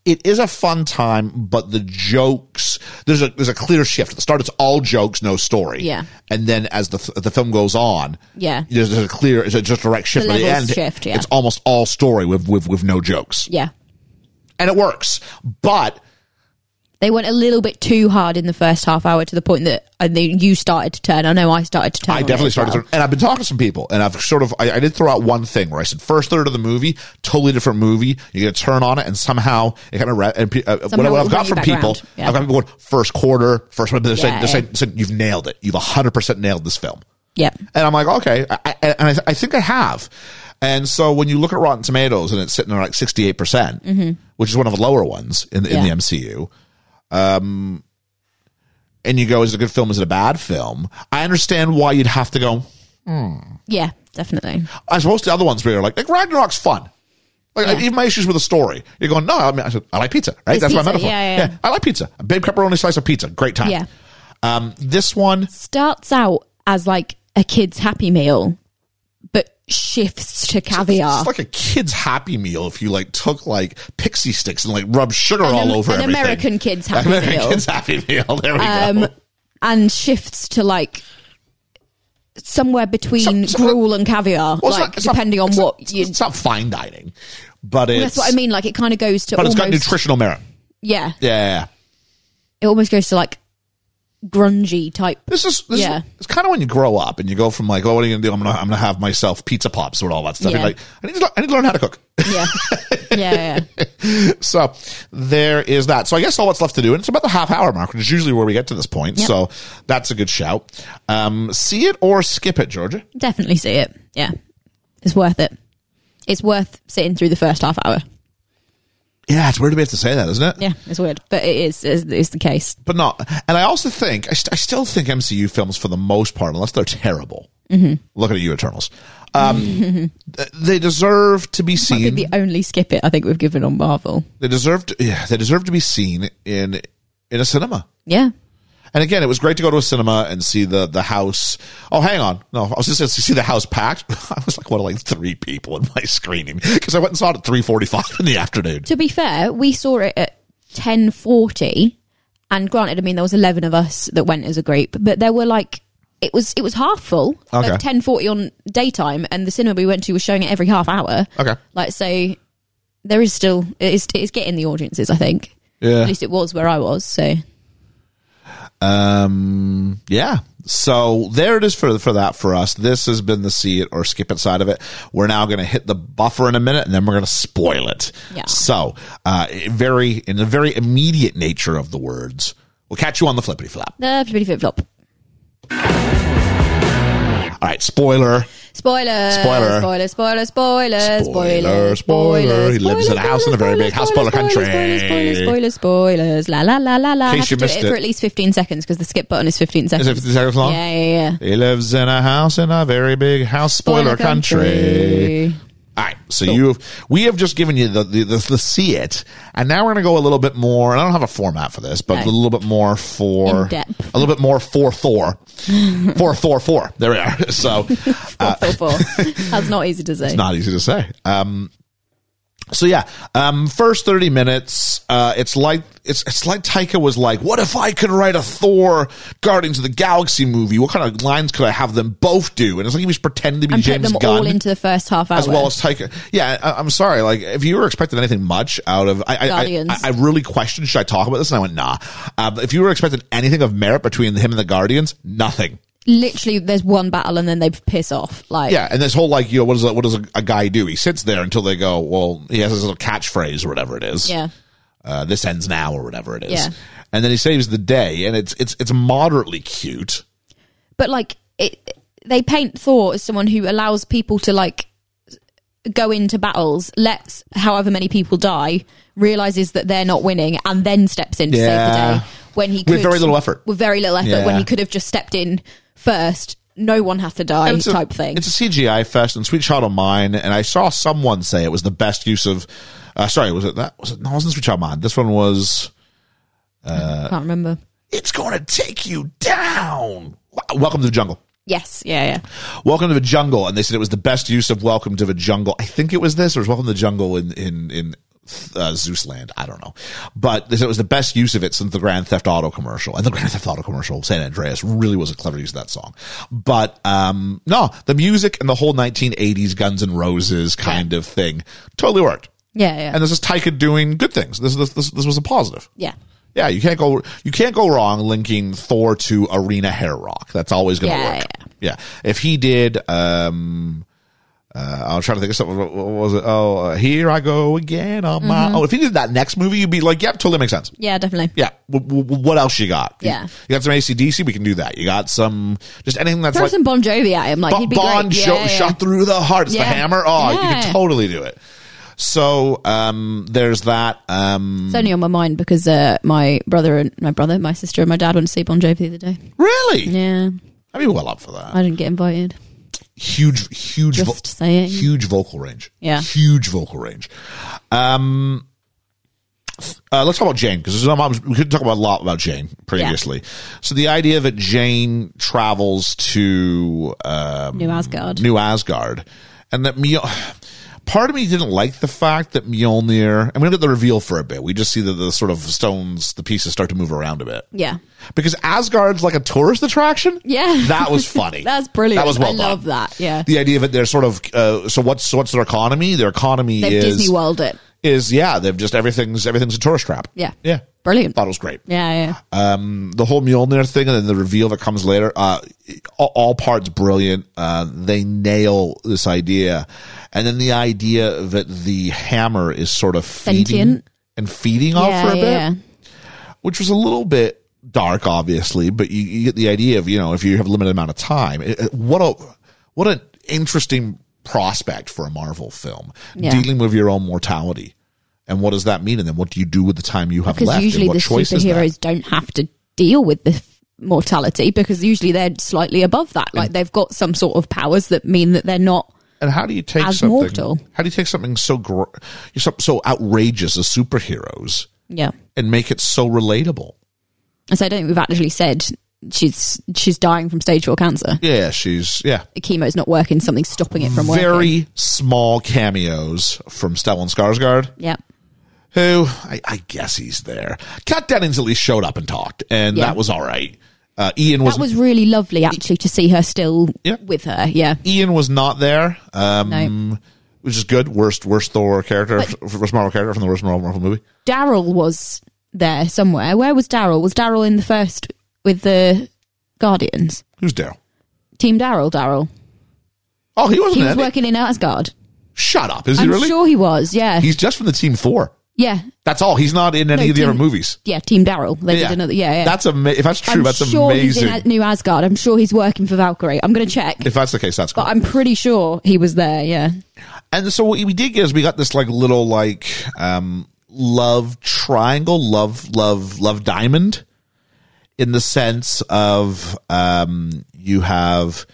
G: It is a fun time, but the jokes there's a there's a clear shift at the start. It's all jokes, no story.
H: Yeah.
G: and then as the the film goes on,
H: Yeah.
G: there's, there's a clear, it's a just direct shift.
H: The
G: By the end,
H: levels shift, yeah.
G: it's almost all story with with with no jokes,
H: yeah.
G: and it works. But
H: They went a little bit too hard in the first half hour to the point that I think you started to turn. I know I started to turn.
G: I
H: on it
G: definitely
H: as
G: started,
H: well.
G: to- and I've been talking to some people, and I've sort of, I, I did throw out one thing where I said, first third of the movie, totally different movie. You're going to turn on it, and somehow it kind of, re- and, pe- uh, what- what,
H: Somehow it'll
G: I've got
H: bring you
G: from
H: back
G: people,
H: around. Yeah.
G: I've got people going, first quarter, first one, but they're saying,
H: Yeah,
G: they're
H: yeah.
G: saying, saying, you've nailed it. You've 100% nailed this film.
H: Yep.
G: And I'm like, okay, I, I, and I, I think I have. And so when you look at Rotten Tomatoes and it's sitting at like 68%, percent which is one of the lower ones in, in the
H: Mm-hmm. Yeah.
G: MCU, um, and you go, is it a good film? Is it a bad film? I understand why you'd have to go.
H: Yeah, definitely.
G: I suppose the other ones where you're like, like Ragnarok's fun. Like
H: Yeah.
G: even my issues with the story, you're going, no, I mean, I, said, I like pizza, right?
H: It's
G: That's my
H: pizza.
G: metaphor.
H: Yeah, yeah, yeah.
G: I like pizza. A big pepperoni slice of pizza, great time.
H: Yeah.
G: Um, this one,
H: Starts out as like a kid's happy meal, but shifts to caviar.
G: It's like a kid's happy meal if you like took like pixie sticks and like rubbed sugar
H: An
G: all
H: Am-
G: over
H: an
G: everything.
H: American kid's happy
G: American
H: meal.
G: kid's happy meal. There we
H: um,
G: go.
H: and shifts to like somewhere between
G: Some- some-
H: gruel and caviar,
G: Well, it's
H: like
G: not- it's not-
H: depending on
G: it's not-
H: what you.
G: It's not fine dining, but it's
H: that's what I mean. Like it kind of goes to
G: But it's got
H: almost
G: nutritional merit.
H: yeah,
G: Yeah,
H: it almost goes to like grungy type.
G: This is this
H: Yeah.
G: Is, it's kind of when you grow up and you go from like, oh, what are you gonna do? I'm gonna I'm gonna have myself pizza pops with all that stuff.
H: Yeah.
G: You're like, I need to, le- I need to learn how to cook.
H: Yeah. yeah, yeah, yeah.
G: so there is that. So I guess all that's left to do, and it's about the half hour mark, which is usually where we get to this point.
H: Yep.
G: So that's a good shout. Um, see it or skip it, Georgia.
H: Definitely see it. Yeah. It's worth it. It's worth sitting through the first half hour.
G: Yeah, it's weird to be able to say that, isn't it?
H: Yeah, it's weird, but it is is, is the case.
G: But not. And I also think I, st- I still think MCU films, for the most part, unless they're terrible,
H: Mm-hmm.
G: looking at you, Eternals, um, th- they deserve to be
H: Might be
G: seen.
H: the only skip it I think we've given on Marvel.
G: they deserve to, yeah, they deserve to be seen in in a cinema.
H: Yeah.
G: And again, it was great to go to a cinema and see the the house. Oh, hang on, no, I was just going to see the house packed. I was like one of like three people in my screening because I went and saw it at three forty five in the afternoon.
H: To be fair, we saw it at ten forty, and granted, I mean there was eleven of us that went as a group, but there were like it was it was half full
G: Okay.
H: at ten forty on daytime, and the cinema we went to was showing it every half hour.
G: Okay,
H: Like so, there is still it is it's getting the audiences. I think
G: yeah,
H: at least it was where I was. So
G: Um, yeah. So there it is for for that for us. This has been the see it or skip it side of it. We're now going to hit the buffer in a minute, and then we're going to spoil it.
H: Yeah.
G: So, uh, it very in the very immediate nature of the words. We'll catch you on the flippity flap.
H: the flippity flip flop.
G: All right, spoiler.
H: Spoiler,
G: Spoiler.
H: spoiler, spoiler, spoiler,
G: Spoiler,
H: spoiler,
G: spoiler. He lives in a house in a very big house spoiler country.
H: Spoilers, spoilers, spoilers, la la la la la.
G: In
H: I
G: case
H: have to
G: you
H: do
G: missed
H: it,
G: it.
H: for at least fifteen seconds because the skip button is fifteen
G: Is
H: seconds.
G: it 50 seconds long?
H: Yeah, yeah, yeah.
G: He lives in a house in a very big house spoiler, country. All right, so you've we have just given you the the, the the see it, and now we're going to go a little bit more. And I don't have a format for this, but
H: Okay.
G: a little bit more for
H: In depth.
G: a little bit more for Thor, for Thor four. There we are. So uh,
H: Four, four, four. That's not easy to say.
G: it's not easy to say. Um, so yeah, um, first thirty minutes, uh, it's like it's it's like Taika was like, "What if I could write a Thor Guardians of the Galaxy movie? What kind of lines could I have them both do?" And it's like he was pretending to be
H: and put
G: James
H: them
G: Gunn
H: all into the first half hour.
G: as well as Taika. Yeah, I, I'm sorry. Like, if you were expecting anything much out of, I, I, I,
H: Guardians.
G: I really questioned should I talk about this, and I went nah. Um, if you were expecting anything of merit between him and the Guardians, nothing.
H: Literally, there's one battle and then they piss off. Like,
G: Yeah, and this whole like, you know, what does a, what does a, a guy do? He sits there until they go, well, he has his little catchphrase or whatever it is.
H: yeah.
G: uh, this ends now or whatever it is.
H: Yeah.
G: And then he saves the day, and it's it's it's moderately cute.
H: but like it they paint thor as someone who allows people to like go into battles lets however many people die realizes that they're not winning and then steps in to
G: Yeah.
H: save the day when he
G: With
H: could-
G: very little effort.
H: with very little effort when
G: Yeah.
H: he could have just stepped in first no one has to die
G: And it's a-
H: type thing
G: It's a CGI fest, and Sweet Child of Mine. And I saw someone say it was the best use of. Uh, sorry, was it that? Was it? No, it wasn't Sweet Child of Mine. This one was. Uh,
H: i can't remember
G: It's going to take you down. Wa- Welcome to the jungle.
H: yes yeah yeah
G: Welcome to the jungle, and they said it was the best use of Welcome to the jungle. I think it was this, or it was Welcome to the jungle in in in uh, Zeus land. I don't know, but they said it was the best use of it since the Grand Theft Auto commercial. And the Grand Theft Auto commercial, San Andreas, really was a clever use of that song. But um, no, the music and the whole 1980s Guns N' Roses kind of thing totally worked.
H: yeah yeah
G: And this is Taika doing good things. This this this, this was a positive.
H: yeah
G: Yeah, you can't go you can't go wrong linking Thor to Arena Hair Rock. That's always going to
H: Yeah,
G: work. Yeah. If he did, um, uh, I was trying to think of something. What what was it? Oh, uh, here I go again on my.
H: Mm-hmm.
G: Oh, if he did that next movie, you'd be like, yep, totally makes sense.
H: yeah definitely
G: Yeah. W- w- what else you got? You-
H: Yeah.
G: You, got some ACDC. We can do that. You got some just anything that's
H: throw
G: like
H: some bon jovi at him like he'd
G: Bo-
H: be
G: Bond
H: great.
G: sho-
H: yeah, yeah.
G: shot through the heart. It's
H: Yeah.
G: the hammer. Oh, you
H: Yeah.
G: can totally do it. So um, there's that. Um,
H: it's only on my mind because uh, my brother and my brother my sister and my dad went to see bon jovi the other day
G: really,
H: yeah
G: I'd be well up for that.
H: i didn't get invited
G: huge, huge, vo-
H: Just saying.
G: huge vocal range.
H: Yeah.
G: huge vocal range. Um, uh, let's talk about Jane because we could talk about a lot about Jane previously. So the idea that Jane travels to um,
H: new asgard
G: New Asgard, and that Mjol- part of me didn't like the fact that Mjolnir, and we don't get the reveal for a bit. We just see that the sort of stones, the pieces start to move around a bit.
H: Yeah.
G: Because Asgard's like a tourist attraction.
H: Yeah.
G: that was funny.
H: That's brilliant.
G: That was well done.
H: I love that. Yeah.
G: The idea that they're sort of uh, so what's so what's their economy? Their economy
H: They've
G: is
H: Disney World it.
G: is yeah, they've just everything's everything's a tourist trap.
H: Yeah.
G: yeah,
H: Brilliant.
G: Thought it was great.
H: Yeah, yeah.
G: the whole Mjolnir thing and then the reveal that comes later, uh, all, all parts brilliant. Uh, they nail this idea. And then the idea that the hammer is sort of feeding
H: Sentient.
G: and feeding off
H: yeah,
G: Oh, for a bit,
H: yeah.
G: which was a little bit dark, obviously, but you, you get the idea of, you know, if you have a limited amount of time, it- it- what a, what an interesting prospect for a Marvel film,
H: Yeah.
G: dealing with your own mortality. And what does that mean? And then what do you do with the time you have left?
H: Because
G: and
H: usually
G: what
H: the
G: choice is that?
H: superheroes don't have to deal with the f- mortality because usually they're slightly above that.
G: Mm.
H: Like they've got some sort of powers that mean that they're not.
G: And how do you take
H: As
G: something?
H: mortal.
G: How do you take something so gr- so so outrageous as superheroes
H: Yeah.
G: and make it so relatable?
H: And so I don't think we've actually said she's she's dying from stage four cancer.
G: Yeah, she's yeah.
H: The chemo's not working. Something's stopping it from working.
G: Very small cameos from Stellan Skarsgård,
H: Yeah.
G: who I, I guess he's there. Kat Dennings at least showed up and talked, and
H: Yeah.
G: that was all right. Uh, Ian was,
H: That was really lovely actually to see her still
G: Yeah.
H: with her. Yeah.
G: Ian was not there, um,
H: No.
G: which is good. Worst worst Thor character,
H: But-
G: worst Marvel character from the worst Marvel movie.
H: Daryl was there somewhere. Where was Daryl? Was Daryl in the first with the Guardians?
G: Who's Daryl?
H: Team Daryl, Daryl.
G: Oh, he wasn't
H: He
G: in
H: was
G: it.
H: working in Asgard.
G: Shut up! Is he
H: I'm
G: really?
H: sure he was. Yeah.
G: He's just from the team Thor.
H: yeah.
G: That's all. He's not in any
H: No,
G: of the
H: Team-
G: other movies.
H: Yeah. Team Daryl. They did another. Yeah. yeah.
G: That's ama- if that's true,
H: I'm
G: that's
H: sure He's
G: amazing.
H: in A- New Asgard. I'm sure he's working for Valkyrie. I'm going to check,
G: if that's the case, that's cool.
H: but I'm pretty sure he was there. Yeah.
G: and so what we did get is we got this like little like um love triangle, love love love diamond, in the sense of um you have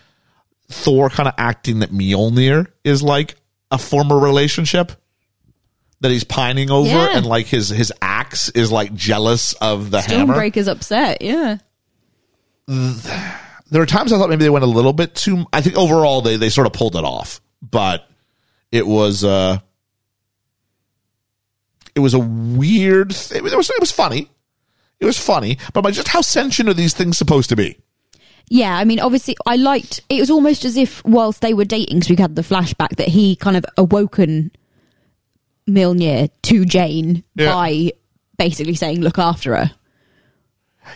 G: Thor kind of acting that Mjolnir is like a former relationship that he's pining over,
H: Yeah.
G: and like his his axe is like jealous of the hammer.
H: Stormbreaker's upset. Yeah.
G: there are times I thought maybe they went a little bit too. I think overall they they sort of pulled it off, but it was uh, it was a weird. Th- it was it was funny. It was funny, but my, just how sentient are these things supposed to be?
H: Yeah, I mean, obviously, I liked. It was almost as if whilst they were dating, so we had the flashback that he kind of awoken Milner to Jane
G: Yeah.
H: by basically saying, "Look after her."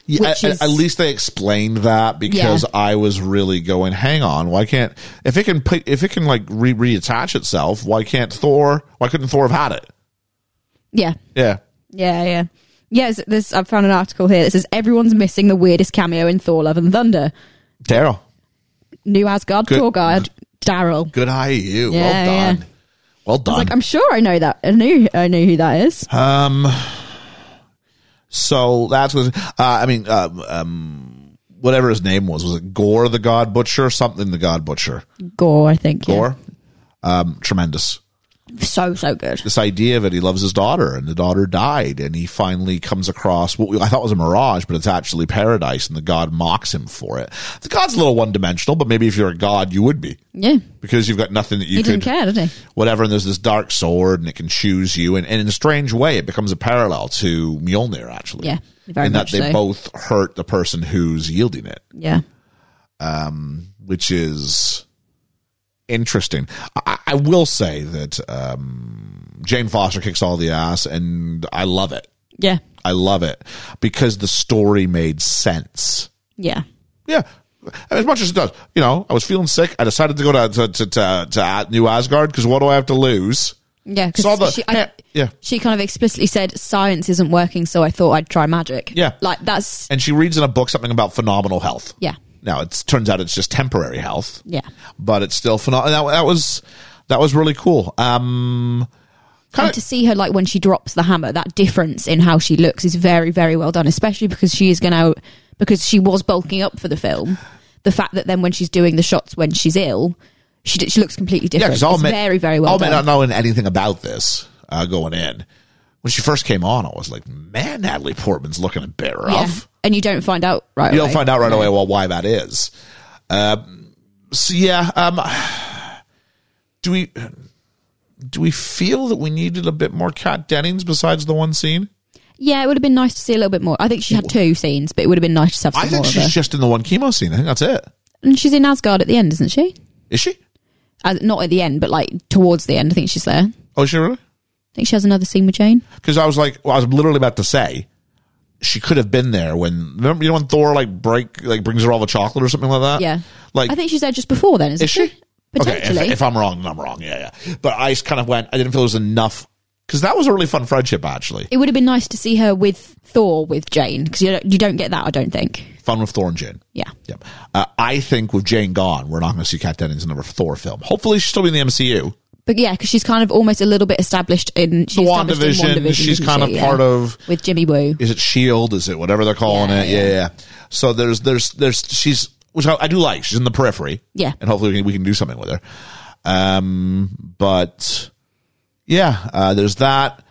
G: Yeah,
H: Which
G: at,
H: is-
G: at least they explained that because
H: Yeah.
G: I was really going, hang on, why can't if it can put if it can like re- reattach itself, why can't Thor? Why couldn't Thor have had it?
H: Yeah,
G: Yeah,
H: yeah, yeah. Yes, this I found an article here that says everyone's missing the weirdest cameo in Thor: Love and Thunder.
G: Daryl,
H: New Asgard
G: Good-
H: tour guide Daryl.
G: good IU,
H: Yeah,
G: well done,
H: yeah.
G: well done.
H: Like, I'm sure I know that. I knew I knew who that is.
G: So that's what uh, I mean. Um, um, whatever his name was, was it Gore the God Butcher? Something the God Butcher.
H: Gore, I think. yeah.
G: Gore. Um, tremendous.
H: so so good.
G: This idea that he loves his daughter and the daughter died, and he finally comes across what we, I thought was a mirage, but it's actually paradise, and the God mocks him for it. The God's a little one dimensional, but maybe if you're a God, you would be
H: Yeah,
G: because you've got nothing that you
H: he
G: could
H: didn't care, did he?
G: whatever, and there's this dark sword, and it can choose you, and, and in a strange way, it becomes a parallel to Mjolnir, actually.
H: Yeah, very
G: in that
H: much
G: they
H: so.
G: both hurt the person who's yielding it,
H: Yeah.
G: which is interesting. I, I will say that um, Jane Foster kicks all the ass, and I love it.
H: Yeah.
G: I love it because the story made sense.
H: Yeah.
G: Yeah. As much as it does, you know, I was feeling sick. I decided to go to to to, to, to New Asgard because what do I have to lose?
H: Yeah,
G: Saw the-
H: because she, I-
G: yeah, yeah.
H: she kind of explicitly said science isn't working, so I thought I'd try magic.
G: Yeah.
H: like that's
G: and she reads in a book something about phenomenal health.
H: Yeah.
G: Now it turns out it's just temporary health.
H: Yeah.
G: But it's still phenomenal. That, that was that was really cool. Um, kind
H: and to see her like when she drops the hammer, that difference in how she looks is very very well done, especially because she is going to because she was bulking up for the film. The fact that then when she's doing the shots when she's ill, she d- she looks completely
G: yeah,
H: different.
G: because I'll
H: it's
G: admit-
H: very very well
G: I'll admit
H: done.
G: not knowing anything about this uh, going in. When she first came on, I was like, man, Natalie Portman's looking a bit
H: yeah.
G: rough.
H: and you don't find out right.
G: You'll
H: away.
G: find out right away well why that is. Um, so yeah, um, do we do we feel that we needed a bit more Cat Dennings besides the one scene?
H: Yeah, it would have been nice to see a little bit more. I think she had two scenes, but it would have been nice to have some
G: I
H: more
G: think
H: of her.
G: she's just in the one chemo scene. I think that's it.
H: and she's in Asgard at the end, isn't she?
G: Is she?
H: Uh, not at the end, but like towards the end. I think she's there.
G: Oh, is she really?
H: think she has another scene with Jane.
G: because I was like, well, I was literally about to say she could have been there when remember, you know when Thor like break like brings her all the chocolate or something like that.
H: Yeah.
G: Uh, like
H: I think she's there just before then, isn't
G: is she
H: Potentially.
G: Okay, if, if I'm wrong, then I'm wrong. Yeah, yeah. But I just kind of went. I didn't feel it was enough because that was a really fun friendship actually.
H: it would have been nice to see her with Thor with Jane because you don't, you don't get that, I don't think.
G: Fun with Thor and Jane.
H: Yeah.
G: Yep. Uh, I think with Jane gone, we're not going to see Kat Dennings in another Thor film. Hopefully, she's still in the MCU.
H: But yeah, because she's kind of almost a little bit established in she's
G: The
H: established in
G: WandaVision,
H: WandaVision,
G: she's
H: isn't
G: kind of
H: she? Yeah.
G: part of
H: with Jimmy Woo.
G: is it Shield? E Is it whatever they're calling
H: Yeah,
G: it? Yeah, yeah. So there's there's there's she's which I, I do like. She's in the periphery.
H: Yeah.
G: and hopefully we can, we can do something with her. Um, but yeah, uh, there's that.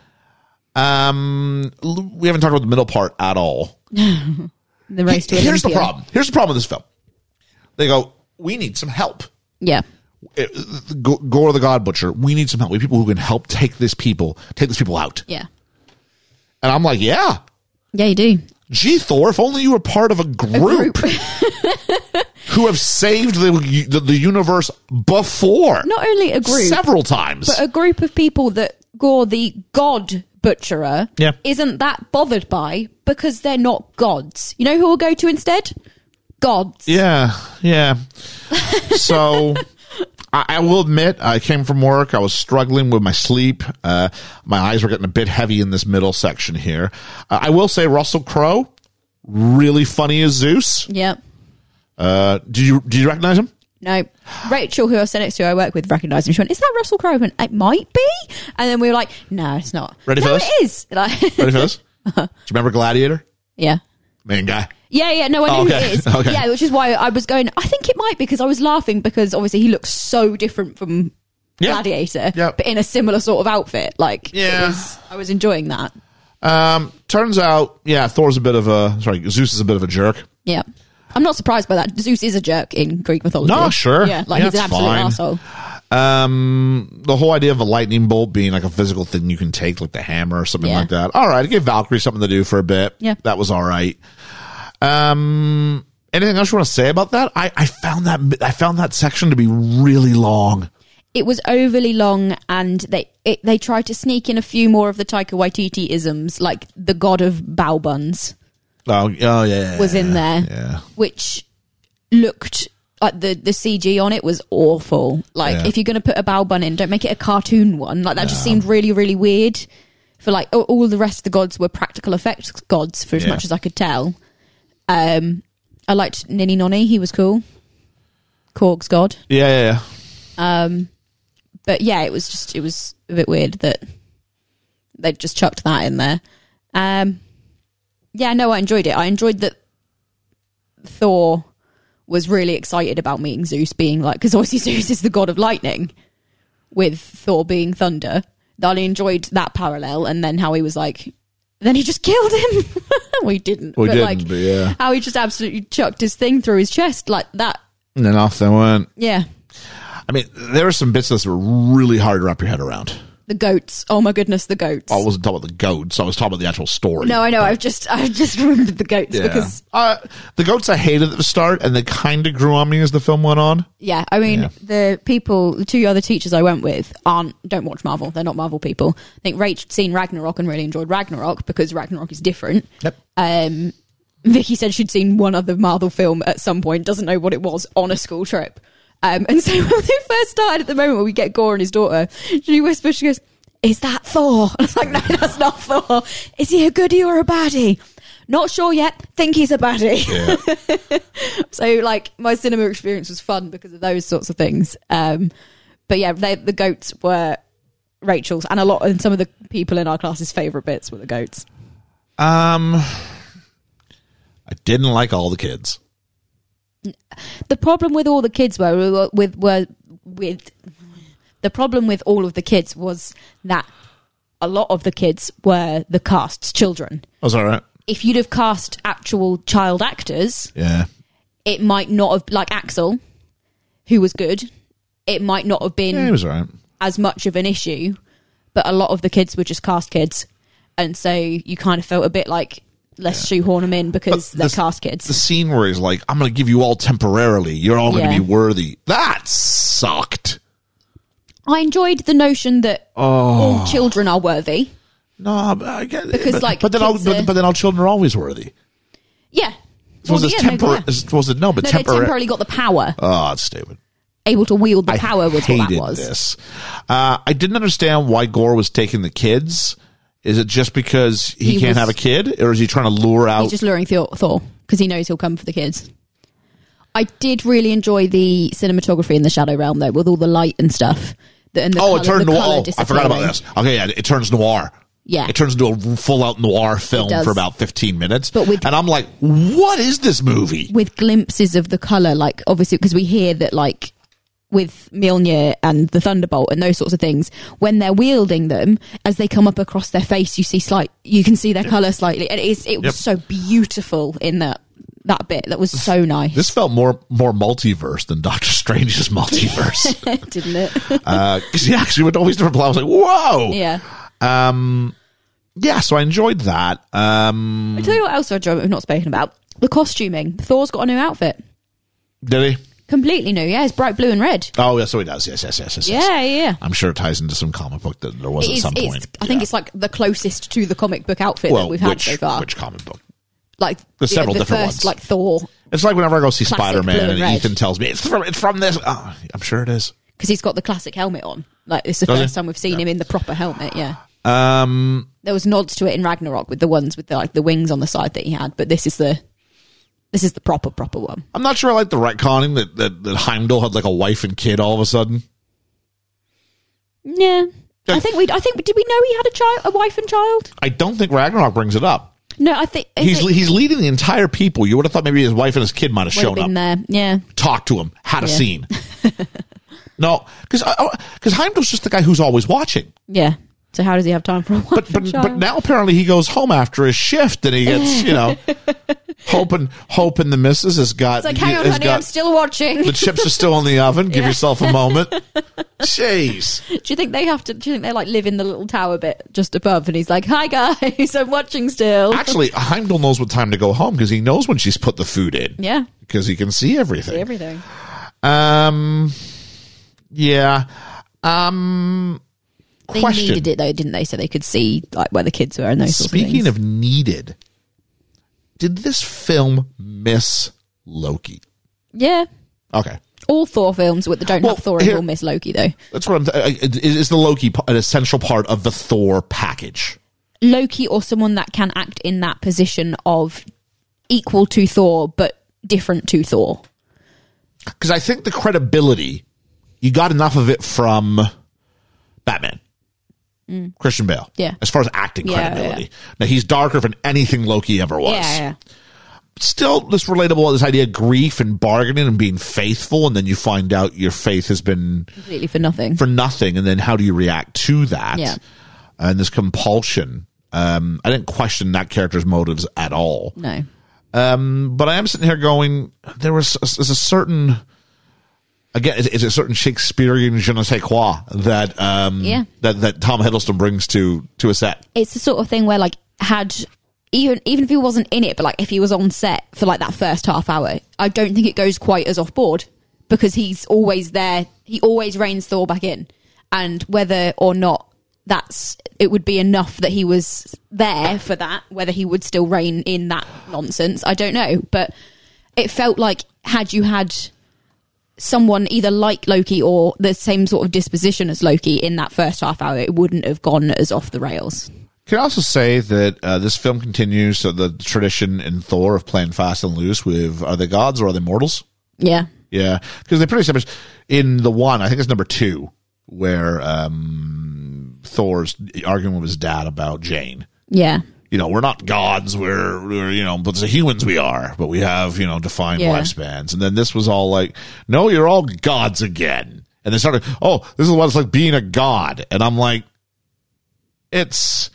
G: Um, l- we haven't talked about the middle part at all.
H: The race to
G: Here's the
H: Olympia.
G: problem. Here's the problem with this film. They go, we need some help.
H: Yeah.
G: It- the Go- Gore the God Butcher, we need some help. We need people who can help take this people, take these people out.
H: Yeah.
G: And I'm like, yeah,
H: Yeah, you do.
G: gee, Thor, if only you were part of a group, who have saved the, the the universe before,
H: Not only a group,
G: several times.
H: but uh, a group of people that Gore the God Butcherer
G: Yeah.
H: isn't that bothered by because they're not gods. You know who will go to instead? Gods.
G: yeah, yeah. So. I, I will admit, I came from work. I was struggling with my sleep. Uh, my eyes were getting a bit heavy in this middle section here. Uh, I will say, Russell Crowe, really funny as Zeus.
H: Yeah.
G: Uh, do you do you recognize him?
H: No. Rachel, who I sat next to, I work with, recognised him. She went, Is that Russell Crowe? I went, It might be. And then we were like, No, it's not.
G: Ready for
H: no,
G: this?
H: It is. Like,
G: Ready for this? Do you remember Gladiator?
H: yeah.
G: Main guy.
H: Yeah, yeah, no, I know who
G: Oh, Okay,
H: it is.
G: okay.
H: Yeah, which is why I was going. I think it might because I was laughing because obviously he looks so different from
G: Yeah.
H: Gladiator,
G: Yeah.
H: but in a similar sort of outfit. Like, it
G: Yeah.
H: was- I was enjoying that.
G: Um, turns out, yeah, Thor's a bit of a sorry, Zeus is a bit of a jerk.
H: Yeah, I'm not surprised by that. Zeus is a jerk in Greek mythology.
G: No, sure.
H: Yeah, like
G: Yeah,
H: he's an
G: it's
H: absolute
G: fine.
H: asshole.
G: Um, the whole idea of a lightning bolt being like a physical thing you can take, like the hammer or something
H: Yeah.
G: like that. All right, I gave Valkyrie something to do for a bit.
H: Yeah.
G: that was all right. Um, anything else you want to say about that? I I found that I found that section to be really long.
H: It was overly long, and they it, they tried to sneak in a few more of the Taika Waititi isms, like the god of bow buns.
G: Oh, oh yeah, yeah,
H: was in there,
G: Yeah.
H: which looked like the the CG on it was awful. Like
G: Yeah.
H: if you're going to put a bow bun in, don't make it a cartoon one. Like that just seemed really really weird. For like all- all the rest of the gods were practical effects gods, for as
G: Yeah.
H: much as I could tell. Um, I liked Ninny Nonny; he was cool. Korg's god,
G: Yeah, yeah, yeah.
H: but yeah, it was just it was a bit weird that they just chucked that in there. Um, yeah, no, I enjoyed it. I enjoyed that Thor was really excited about meeting Zeus, being like, because obviously Zeus is the god of lightning, with Thor being thunder. I enjoyed that parallel, and then how he was like, then he just killed him. we didn't.
G: We
H: but
G: didn't,
H: like,
G: but yeah.
H: How he just absolutely chucked his thing through his chest like that.
G: And then off they went.
H: Yeah,
G: I mean, there were some bits of this that were really hard to wrap your head around.
H: the goats. Oh my goodness, the goats.
G: I wasn't talking about the goats. I was talking about the actual story.
H: No, I know. I've just I've just remembered the goats because
G: uh, the goats I hated at the start, and they kind of grew on me as the film went on.
H: yeah, I mean
G: Yeah.
H: the people, the two other teachers I went with aren't don't watch Marvel. They're not Marvel people. I think Rachel'd seen Ragnarok and really enjoyed Ragnarok because Ragnarok is different.
G: Yep.
H: Um, Vicky said she'd seen one other Marvel film at some point, doesn't know what it was on a school trip. Um, and so when they first started at the moment where we get Gore and his daughter, she whispers, she goes, Is that Thor? And I was like, No, that's not Thor. Is he a goodie or a baddie? Not sure yet. Think he's a baddie. so like my cinema experience was fun because of those sorts of things. Um, but yeah, they, the goats were Rachel's, and a lot and some of the people in our class's favorite bits were the goats.
G: Um, I didn't like all the kids.
H: the problem with all the kids were, were with were with the problem with all of the kids was that a lot of the kids were the cast's children.
G: I was all right.
H: If you'd have cast actual child actors,
G: Yeah,
H: it might not have like Axel, who was good. It might not have been
G: yeah, it was all right.
H: as much of an issue, but a lot of the kids were just cast kids, and so you kind of felt a bit like let's shoehorn them in because
G: But
H: they're
G: this-
H: cast
G: The
H: kids.
G: scene where he's like, "I'm going to give you all temporarily. You're all going
H: Yeah.
G: to be worthy." That sucked.
H: I enjoyed the notion that
G: Oh.
H: all children are worthy.
G: No, but I get
H: Because,
G: but,
H: like,
G: but then all,
H: kids
G: but,
H: are-
G: but then all children are always worthy.
H: Yeah.
G: So
H: Well,
G: it's
H: yeah, no,
G: tempor-
H: yeah.
G: it's- was it no, but
H: No, they
G: temporary.
H: temporarily got the power,
G: Oh, it's stupid.
H: able to wield the
G: I
H: power was
G: hated
H: what that was.
G: This. Uh, I didn't understand why Gore was taking the kids. Is it just because he,
H: He
G: can't
H: was-
G: have a kid, or is he trying to lure out?
H: He's just luring Thor because he knows he'll come for the kids. I did really enjoy the cinematography in the Shadow Realm though, with all the light and stuff. The, and the
G: oh,
H: colour-
G: it turned
H: the
G: noir.
H: colour
G: Oh, I forgot about
H: disappearing.
G: this. Okay, yeah, it turns noir.
H: Yeah.
G: it turns into a full-out noir film
H: does.
G: for about fifteen minutes,
H: But with-
G: and I'm like, what is this movie?
H: with glimpses of the color, like obviously because we hear that like with Mjolnir and the Thunderbolt and those sorts of things, when they're wielding them, as they come up across their face, you see slight, you can see their color slightly, and it's it was so beautiful in that that bit. That was so nice,
G: This felt more more multiverse than Doctor Strange's multiverse
H: didn't it?
G: because he actually went to all these different planets. I was like, whoa,
H: yeah.
G: yeah. So I enjoyed that. Um,
H: I tell you what else I enjoyed we've not spoken about the costuming. Thor's got a new outfit,
G: did he?
H: completely new. Yeah, it's bright blue and red.
G: Oh, yeah, so he does. Yes, yes, yes, yes. yes.
H: Yeah, yeah.
G: I'm sure it ties into some comic book that there was
H: It
G: at
H: is,
G: some
H: it's,
G: point.
H: I think
G: Yeah.
H: it's like the closest to the comic book outfit
G: well,
H: that we've had
G: which,
H: so far.
G: which comic book?
H: like
G: There's
H: the-
G: several
H: the
G: different ones.
H: first, Like Thor,
G: It's like whenever I go see
H: Classic
G: Spider
H: blue
G: Man
H: and
G: and
H: red.
G: Ethan tells me it's from it's from this. Oh, I'm sure it is.
H: because he's got the classic helmet on. Like it's the
G: Does he?
H: first time we've seen him in the proper helmet. Yeah,
G: Um,
H: there was nods to it in Ragnarok with the ones with the, like the wings on the side that he had, but this is the this is the proper proper one.
G: I'm not sure I like the retconning that, that that Heimdall had like a wife and kid all of a sudden.
H: Yeah,
G: Yeah.
H: I think we. I think did we know he had a child, a wife and child?
G: I don't think Ragnarok brings it up.
H: No, I think is
G: He's
H: it-
G: he's leading the entire people. You would have thought maybe his wife and his kid might have
H: would have
G: shown up.
H: been there. Yeah,
G: talked to him, had a
H: Yeah.
G: scene. no, because because Heimdall's just the guy who's always watching.
H: yeah. So how does he have time for a wife
G: But
H: and
G: but
H: child?
G: but now apparently he goes home after his shift and he gets you know hoping hoping the missus has got
H: it's like, hang on,
G: has
H: honey,
G: got-
H: I'm still watching.
G: the chips are still in the oven. Give yourself a moment. Jeez.
H: Do you think they have to? Do you think they like live in the little tower bit just above? And he's like, "Hi guys, I'm watching still."
G: Actually, Heimdall knows what time to go home because he knows when she's put the food in.
H: yeah,
G: Because he can see everything.
H: everything.
G: Um, yeah. Um,
H: They
G: question.
H: needed it though, didn't they? So they could see like where the kids were and those sorts
G: Speaking
H: of
G: of needed, did this film miss Loki?
H: things. yeah,
G: Okay,
H: all Thor films with the don't
G: Well,
H: have Thor
G: here-
H: will miss Loki though.
G: that's what I'm. Th- is, is the Loki p- an essential part of the Thor package?
H: Loki or someone that can act in that position of equal to Thor but different to Thor.
G: Because I think the credibility you got enough of it from Batman, Christian Bale.
H: Mm. Yeah.
G: as far as acting
H: Yeah,
G: credibility. Now he's darker than anything Loki ever was.
H: Yeah,
G: Still, this relatable this idea of grief and bargaining and being faithful, and then you find out your faith has been
H: completely for nothing.
G: for nothing and then how do you react to that
H: Yeah.
G: and this compulsion um i didn't question that character's motives at all
H: no,
G: but i am sitting here going there was a, there's a certain again it's, it's a certain shakespearean je ne sais quoi that um
H: Yeah.
G: that that tom hiddleston brings to to a set
H: it's the sort of thing where like had even even if he wasn't in it, but like if he was on set for like that first half hour, I don't think it goes quite as off board because he's always there. He always reins Thor back in, and whether or not that's it would be enough that he was there for that, whether he would still rein in that nonsense, I don't know. But it felt like had you had someone either like Loki or the same sort of disposition as Loki in that first half hour, it wouldn't have gone as off the rails.
G: Can I also say that uh, this film continues so the tradition in Thor of playing fast and loose with are they gods or are they mortals?
H: Yeah.
G: Yeah, because they pretty much in the one. I think it's number two where um, Thor's arguing with his dad about Jane.
H: Yeah.
G: You know, we're not gods. We're, we're you know, but the humans we are. But we have you know defined
H: Yeah.
G: lifespans. And then this was all like, no, you're all gods again. And they started, oh, this is what it's like being a god. And I'm like, it's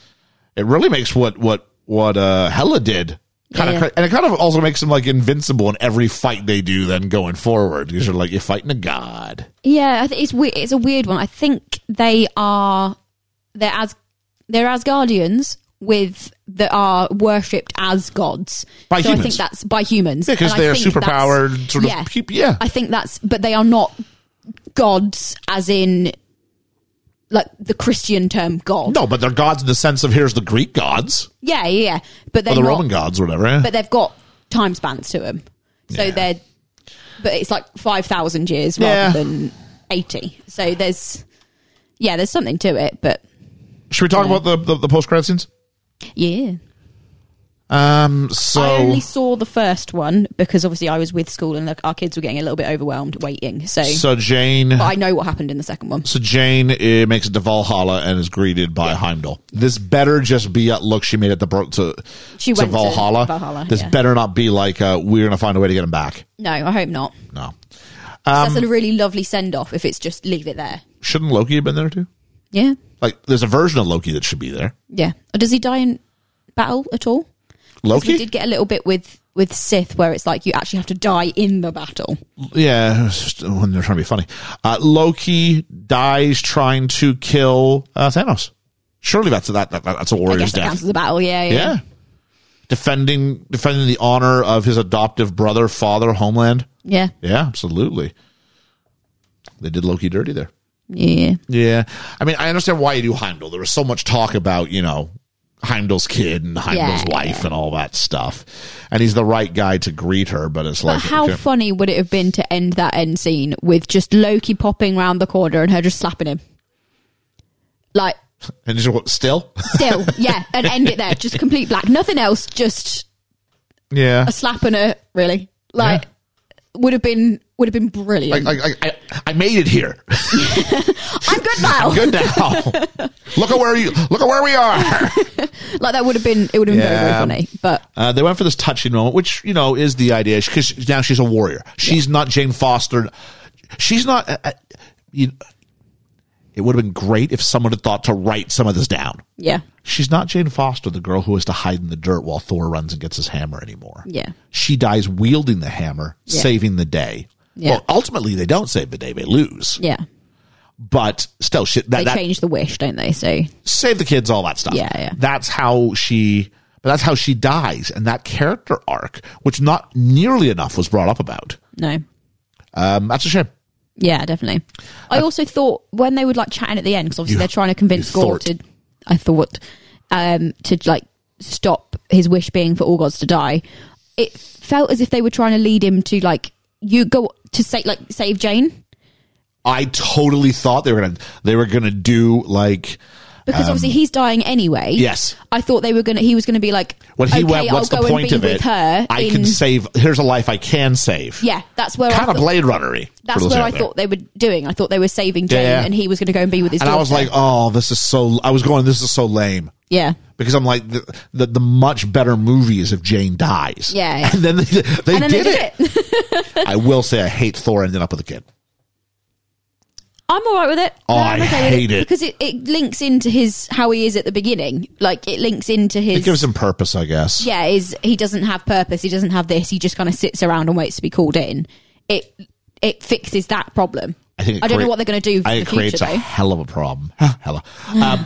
G: it really makes what what what uh Hella did kind
H: Yeah.
G: of and it kind of also makes them like invincible in every fight they do then going forward because you're like you're fighting a god
H: Yeah, I think it's weird. It's a weird one. I think they are they're as they're as guardians with that are worshipped as gods.
G: By
H: so I think
G: humans.
H: that's by humans
G: because
H: And I
G: they are
H: think that's-
G: superpowered sort
H: yeah.
G: of people yeah
H: I think that's, but they are not gods as in like the Christian term God.
G: No, but they're gods in the sense of here's the Greek gods
H: Yeah, yeah, yeah. But they're
G: or the
H: not-
G: Roman gods or whatever.
H: but they've got time spans to them, so
G: Yeah.
H: they're. But it's like five thousand years
G: Yeah.
H: rather than eighty. So there's, yeah, there's something to it, but
G: Should we talk about the, the, the post credit scenes?
H: yeah.
G: Um, so
H: I only saw the first one because obviously I was with school and like, our kids were getting a little bit overwhelmed waiting. So,
G: so Jane.
H: but I know what happened in the second one.
G: So Jane uh, makes it to Valhalla and is greeted by Heimdall. This better just be a look she made at the bro- to,
H: She
G: to
H: went to
G: Valhalla.
H: Valhalla,
G: This
H: yeah.
G: better not be like uh, we're gonna find a way to get him back.
H: No, I hope not.
G: No, Um,
H: That's a really lovely send off if it's just leave it there.
G: shouldn't Loki have been there too?
H: Yeah,
G: Like, there's a version of Loki that should be there.
H: yeah. Or does he die in battle at all? 'Cause
G: Loki,
H: We did get a little bit with with Sith where it's like you actually have to die in the battle.
G: yeah, it's just when they're trying to be funny. Uh, Loki dies trying to kill uh, Thanos. Surely that's that, that that's a
H: I guess
G: warrior's
H: that counts
G: death.
H: as a battle. Yeah, yeah.
G: yeah, defending defending the honor of his adoptive brother, father, homeland.
H: Yeah.
G: Yeah, absolutely. They did Loki dirty there.
H: Yeah.
G: Yeah. I mean, I understand why you do Heimdall. There was so much talk about, you know, Heimdall's kid and Heimdall's
H: Yeah,
G: wife and all that stuff. And he's the right guy to greet her, but it's
H: But
G: like.
H: how
G: okay.
H: funny would it have been to end that end scene with just Loki popping round the corner and her just slapping him? Like,
G: and he's like, still?
H: still, yeah, and end it there. Just complete black. Nothing else, just
G: Yeah.
H: a slap and a really. Like
G: Yeah.
H: would have been would have been
G: Like,
H: brilliant.
G: like, like, I, I made it here.
H: I'm good now.
G: Good now. look at where you look at where we are.
H: Like that would have been it would have been very,
G: Yeah.
H: very funny. But
G: Uh, they went for this touching moment, which you know is the idea because now she's a warrior. She's not Jane Foster. She's not. Uh, uh, you, it would have been great if someone had thought to write some of this down.
H: yeah.
G: She's not Jane Foster, the girl who has to hide in the dirt while Thor runs and gets his hammer anymore.
H: Yeah.
G: She dies wielding the hammer,
H: Yeah.
G: saving the day.
H: Yeah.
G: Well, ultimately, they don't save the day; they lose.
H: Yeah.
G: But still, she, that,
H: They
G: that
H: change the wish, don't they? So
G: save the kids, all that stuff.
H: Yeah, yeah.
G: That's how she. But that's how she dies, and that character arc, which not nearly enough was brought up about.
H: no.
G: Um, that's a shame.
H: Yeah, definitely. I also thought when they would like chatting at the end because obviously
G: You-
H: they're trying to convince
G: you
H: Gore
G: Uh, thought.
H: to, I thought, um, to like stop his wish being for all gods to die. It felt as if they were trying to lead him to like you go to say like save Jane
G: I totally thought they were gonna they were gonna do like
H: because
G: Um,
H: obviously he's dying anyway.
G: yes.
H: I thought they were gonna. He was gonna be like
G: When he
H: okay,
G: went, what's
H: I'll
G: the
H: go
G: point
H: and
G: of
H: be
G: it?
H: With her,
G: I
H: in,
G: can save. Here's a life I can save.
H: Yeah, that's where I
G: kind of
H: thought-
G: Blade Runnery.
H: That's
G: for those
H: where
G: out
H: I
G: there.
H: thought they were doing. I thought they were saving Jane,
G: Yeah.
H: and he was going to go and be with his.
G: And I was
H: daughter.
G: like, oh, this is so. I was going, this is so lame.
H: yeah,
G: Because I'm like the, the the much better movie is if Jane dies.
H: Yeah, yeah.
G: and then they, they,
H: and then
G: did,
H: they did
G: it.
H: it.
G: I will say I hate Thor ending up with a kid.
H: I'm all right with it.
G: Oh,
H: No,
G: I
H: I'm with
G: hate it.
H: because it, it links into his how he is at the beginning. Like it links into his.
G: It gives him purpose, I guess.
H: yeah, is he doesn't have purpose. He doesn't have this. He just kind of sits around and waits to be called in. It it fixes that problem.
G: I think it
H: I don't know
G: crea-
H: what they're going to do for
G: I think
H: the
G: it creates
H: future
G: a
H: though.
G: hell of a problem. Hella. Um,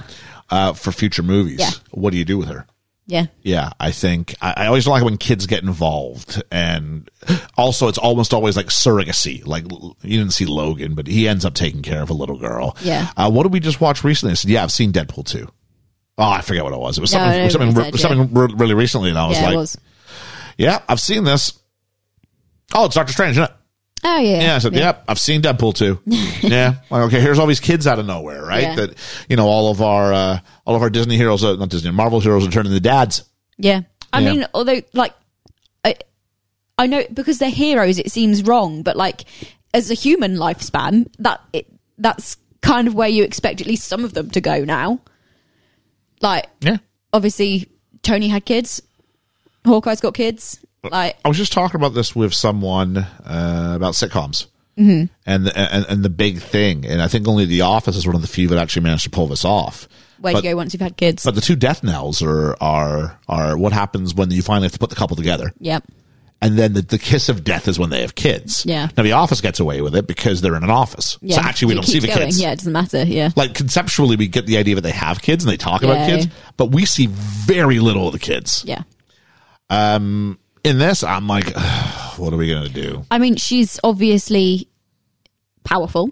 G: uh, for future movies,
H: Yeah.
G: what do you do with her?
H: Yeah,
G: Yeah, I think I, I always don't like when kids get involved, and also it's almost always like surrogacy. Like l- you didn't see Logan, but he ends up taking care of a little girl.
H: Yeah.
G: Uh, what did we just watch recently? I said, yeah, I've seen Deadpool two. Oh, I forget what it was. It was
H: No,
G: something
H: I know what
G: something
H: you
G: re-
H: said, yeah.
G: something re- really recently, and I was
H: yeah,
G: like,
H: it was.
G: yeah, I've seen this. Oh, it's Doctor Strange, isn't it?
H: Oh yeah,
G: Yeah, I said, yep, I've seen Deadpool too. yeah, like okay, here's all these kids out of nowhere, right?
H: Yeah.
G: That you know, all of our uh, all of our Disney heroes, uh, not Disney, Marvel heroes, are turning to dads.
H: Yeah. I
G: Yeah.
H: mean, although, like, I, I know because they're heroes, it seems wrong, but like, as a human lifespan, that it, that's kind of where you expect at least some of them to go now. Like,
G: Yeah,
H: obviously, Tony had kids, Hawkeye's got kids. Like,
G: I was just talking about this with someone uh, about sitcoms. And, the, and and the big thing, and I think only The Office is one of the few that actually managed to pull this off.
H: where
G: but,
H: do you go once you've had kids?
G: But the two death knells are are are what happens when you finally have to put the couple together.
H: yep.
G: and then the, the kiss of death is when they have kids.
H: Yeah.
G: Now the office gets away with it because they're in an office.
H: Yeah.
G: So actually, we
H: It
G: don't see
H: keeps
G: the
H: going.
G: kids.
H: Yeah, it doesn't matter. Yeah.
G: Like conceptually, we get the idea that they have kids and they talk about
H: Yeah.
G: kids, but we see very little of the kids.
H: yeah.
G: In this, I'm like, "Ugh, what are we gonna do?
H: I mean, she's obviously powerful.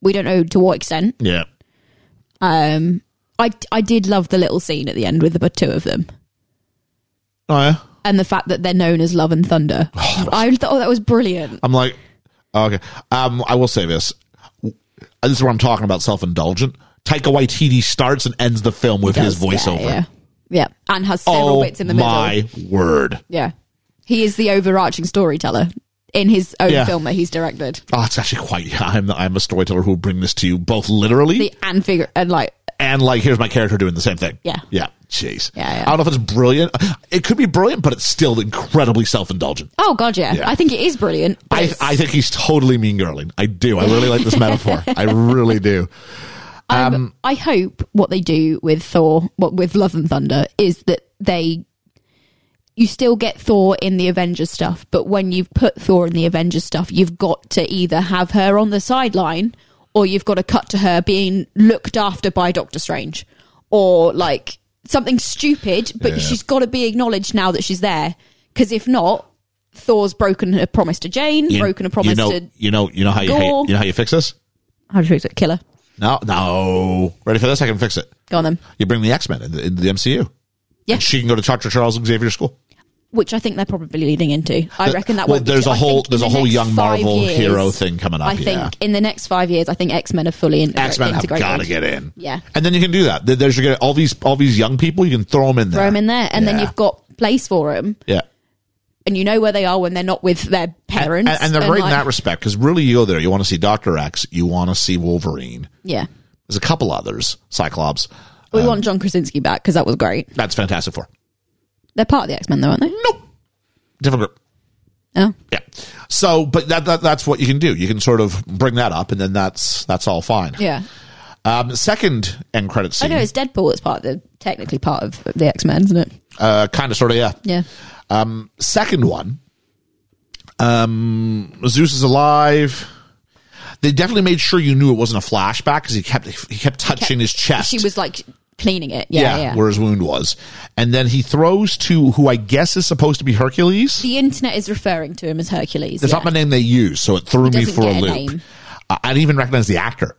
H: We don't know to what extent.
G: Yeah.
H: Um, I I did love the little scene at the end with the two of them
G: Oh, yeah.
H: and the fact that they're known as Love and Thunder.
G: Oh,
H: I thought that was brilliant.
G: I'm like, okay. Um, I will say this. This is where I'm talking about self indulgent. Taika Waititi starts and ends the film with his
H: Does-
G: voiceover.
H: Yeah, yeah, Yeah. and has several
G: Oh
H: bits in the middle.
G: my word!
H: Yeah, he is the overarching storyteller in his own
G: Yeah.
H: film that he's directed
G: Oh, it's actually quite. Yeah, I'm I'm a storyteller who will bring this to you both literally
H: the and figure and like
G: and like here's my character doing the same thing.
H: Yeah.
G: yeah. Jeez.
H: Yeah, yeah.
G: I don't know if it's brilliant. It could be brilliant, but it's still incredibly self indulgent.
H: oh god, yeah.
G: Yeah.
H: I think it is brilliant. but
G: I,
H: it's-
G: I think he's totally mean girling. I do. I really like this metaphor. I really do.
H: Um, I hope what they do with Thor, what with Love and Thunder, is that they you still get Thor in the Avengers stuff, but when you've put Thor in the Avengers stuff, you've got to either have her on the sideline or you've got to cut to her being looked after by Doctor Strange or like something stupid, but
G: Yeah.
H: she's got to be acknowledged now that she's there because if not, Thor's broken her promise to Jane,
G: You-
H: broken her
G: you
H: promise
G: know,
H: to
G: you know you know how you
H: Gore.
G: hate, you know how you fix this.
H: how do you fix it? Killer.
G: No, no. Ready for this? I can fix it.
H: Go on then.
G: You bring the X Men into the MCU.
H: Yeah.
G: And she can go to Dr. Charles Xavier School.
H: which I think they're probably leading into. I reckon that
G: well,
H: won't be-
G: there's a
H: I think
G: whole-
H: in
G: there's
H: the
G: a whole
H: next
G: young
H: five
G: Marvel hero thing coming up,
H: I think
G: yeah.
H: in the next five years, I think X Men are fully integra-
G: X Men have
H: integrated.
G: got to get in.
H: Yeah,
G: And then you can do that. There- There's you get all these all these young people. You can throw them in there.
H: throw them in there, and then
G: Yeah.
H: you've got place for them,
G: yeah.
H: and you know where they are when they're not with their
G: And,
H: parents.
G: and they're great in
H: like-
G: that respect because really you go there. You want to see Doctor X. You want to see Wolverine.
H: Yeah,
G: There's a couple others. Cyclops.
H: we
G: Um,
H: want John Krasinski back because that was great.
G: That's Fantastic Four.
H: They're part of the X Men, though, aren't they?
G: Nope. Different group.
H: Oh,
G: Yeah. So, but that, that that's what you can do. You can sort of bring that up, and then that's that's all fine.
H: yeah.
G: Um, second end credit
H: I
G: scene.
H: know it's Deadpool that's part of the technically part of the X Men, isn't it?
G: Uh, kind of, sort of, yeah.
H: Yeah.
G: Second one, um, Zeus is alive. They definitely made sure you knew it wasn't a flashback because he kept he kept touching his chest.
H: She was like cleaning it. Yeah, yeah.
G: where his wound was, and then he throws to who I guess is supposed to be Hercules.
H: the internet is referring to him as Hercules.
G: It's
H: yeah.
G: not my name they use, so it threw me
H: doesn't
G: for a
H: get a
G: loop.
H: name.
G: Uh, I didn't even recognize the actor,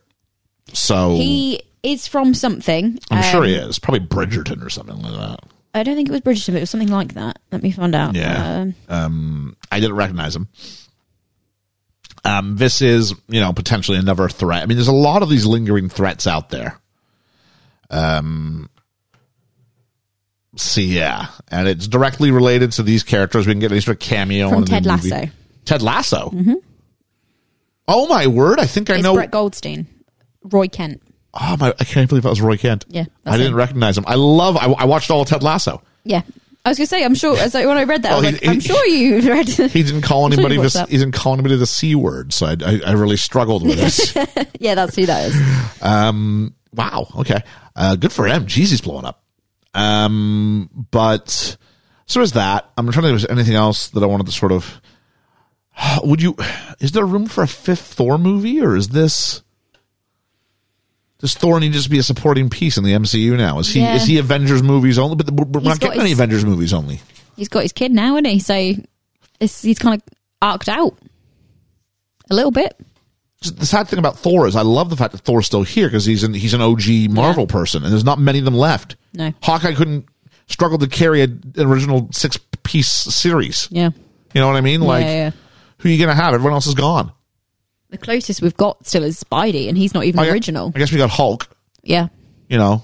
G: so
H: He is from something.
G: I'm
H: um,
G: sure he is probably Bridgerton or something like that.
H: I don't think it was Bridgerton, but it was something like that. Let me find out.
G: Yeah.
H: Um,
G: I didn't recognize him. Um, this is, you know, potentially another threat. I mean, there's a lot of these lingering threats out there. Um, so yeah, and it's directly related to these characters. We can get any sort of cameo
H: From
G: in the
H: Ted
G: movie.
H: Lasso. Mm-hmm.
G: Ted Lasso. Oh my word! I think I
H: it's
G: know.
H: Brett Goldstein, Roy Kent.
G: oh my! I can't believe that was Roy Kent.
H: Yeah,
G: I
H: that's
G: didn't
H: him.
G: recognize him. I love. I, I watched all of Ted Lasso.
H: Yeah, I was gonna say I'm sure. As I, when I read that,
G: Well,
H: I was
G: he-
H: like, I'm
G: he-
H: sure you read.
G: He didn't call
H: I'm sure
G: anybody.
H: you
G: This,
H: watched
G: he didn't call anybody the c word. So I, I, I really struggled with this.
H: that. yeah, that's who that is.
G: Wow. Okay. Uh, good for him. Jeez, he's blowing up. Um, but so is that. I'm trying to think if there's anything else that I wanted to sort of. Would you? Is there room for a fifth Thor movie, or is this? Does Thor need to just be a supporting piece in the MCU now? Is he
H: Yeah.
G: is he Avengers movies only? But we're, we're
H: He's
G: not
H: got
G: getting any
H: his-
G: Avengers movies only.
H: He's got his kid now, isn't he? So it's, he's kind of arced out a little bit.
G: the sad thing about Thor is I love the fact that Thor's still here because he's an he's an OG Marvel person, and there's not many of them left.
H: No.
G: Hawkeye couldn't struggled to carry a- an original six piece series.
H: Yeah,
G: You know what I mean? Like,
H: yeah, yeah.
G: who are you gonna have? Everyone else is gone.
H: The closest we've got still is Spidey, and he's not even
G: I gue-
H: original.
G: I guess we got Hulk.
H: Yeah,
G: You know,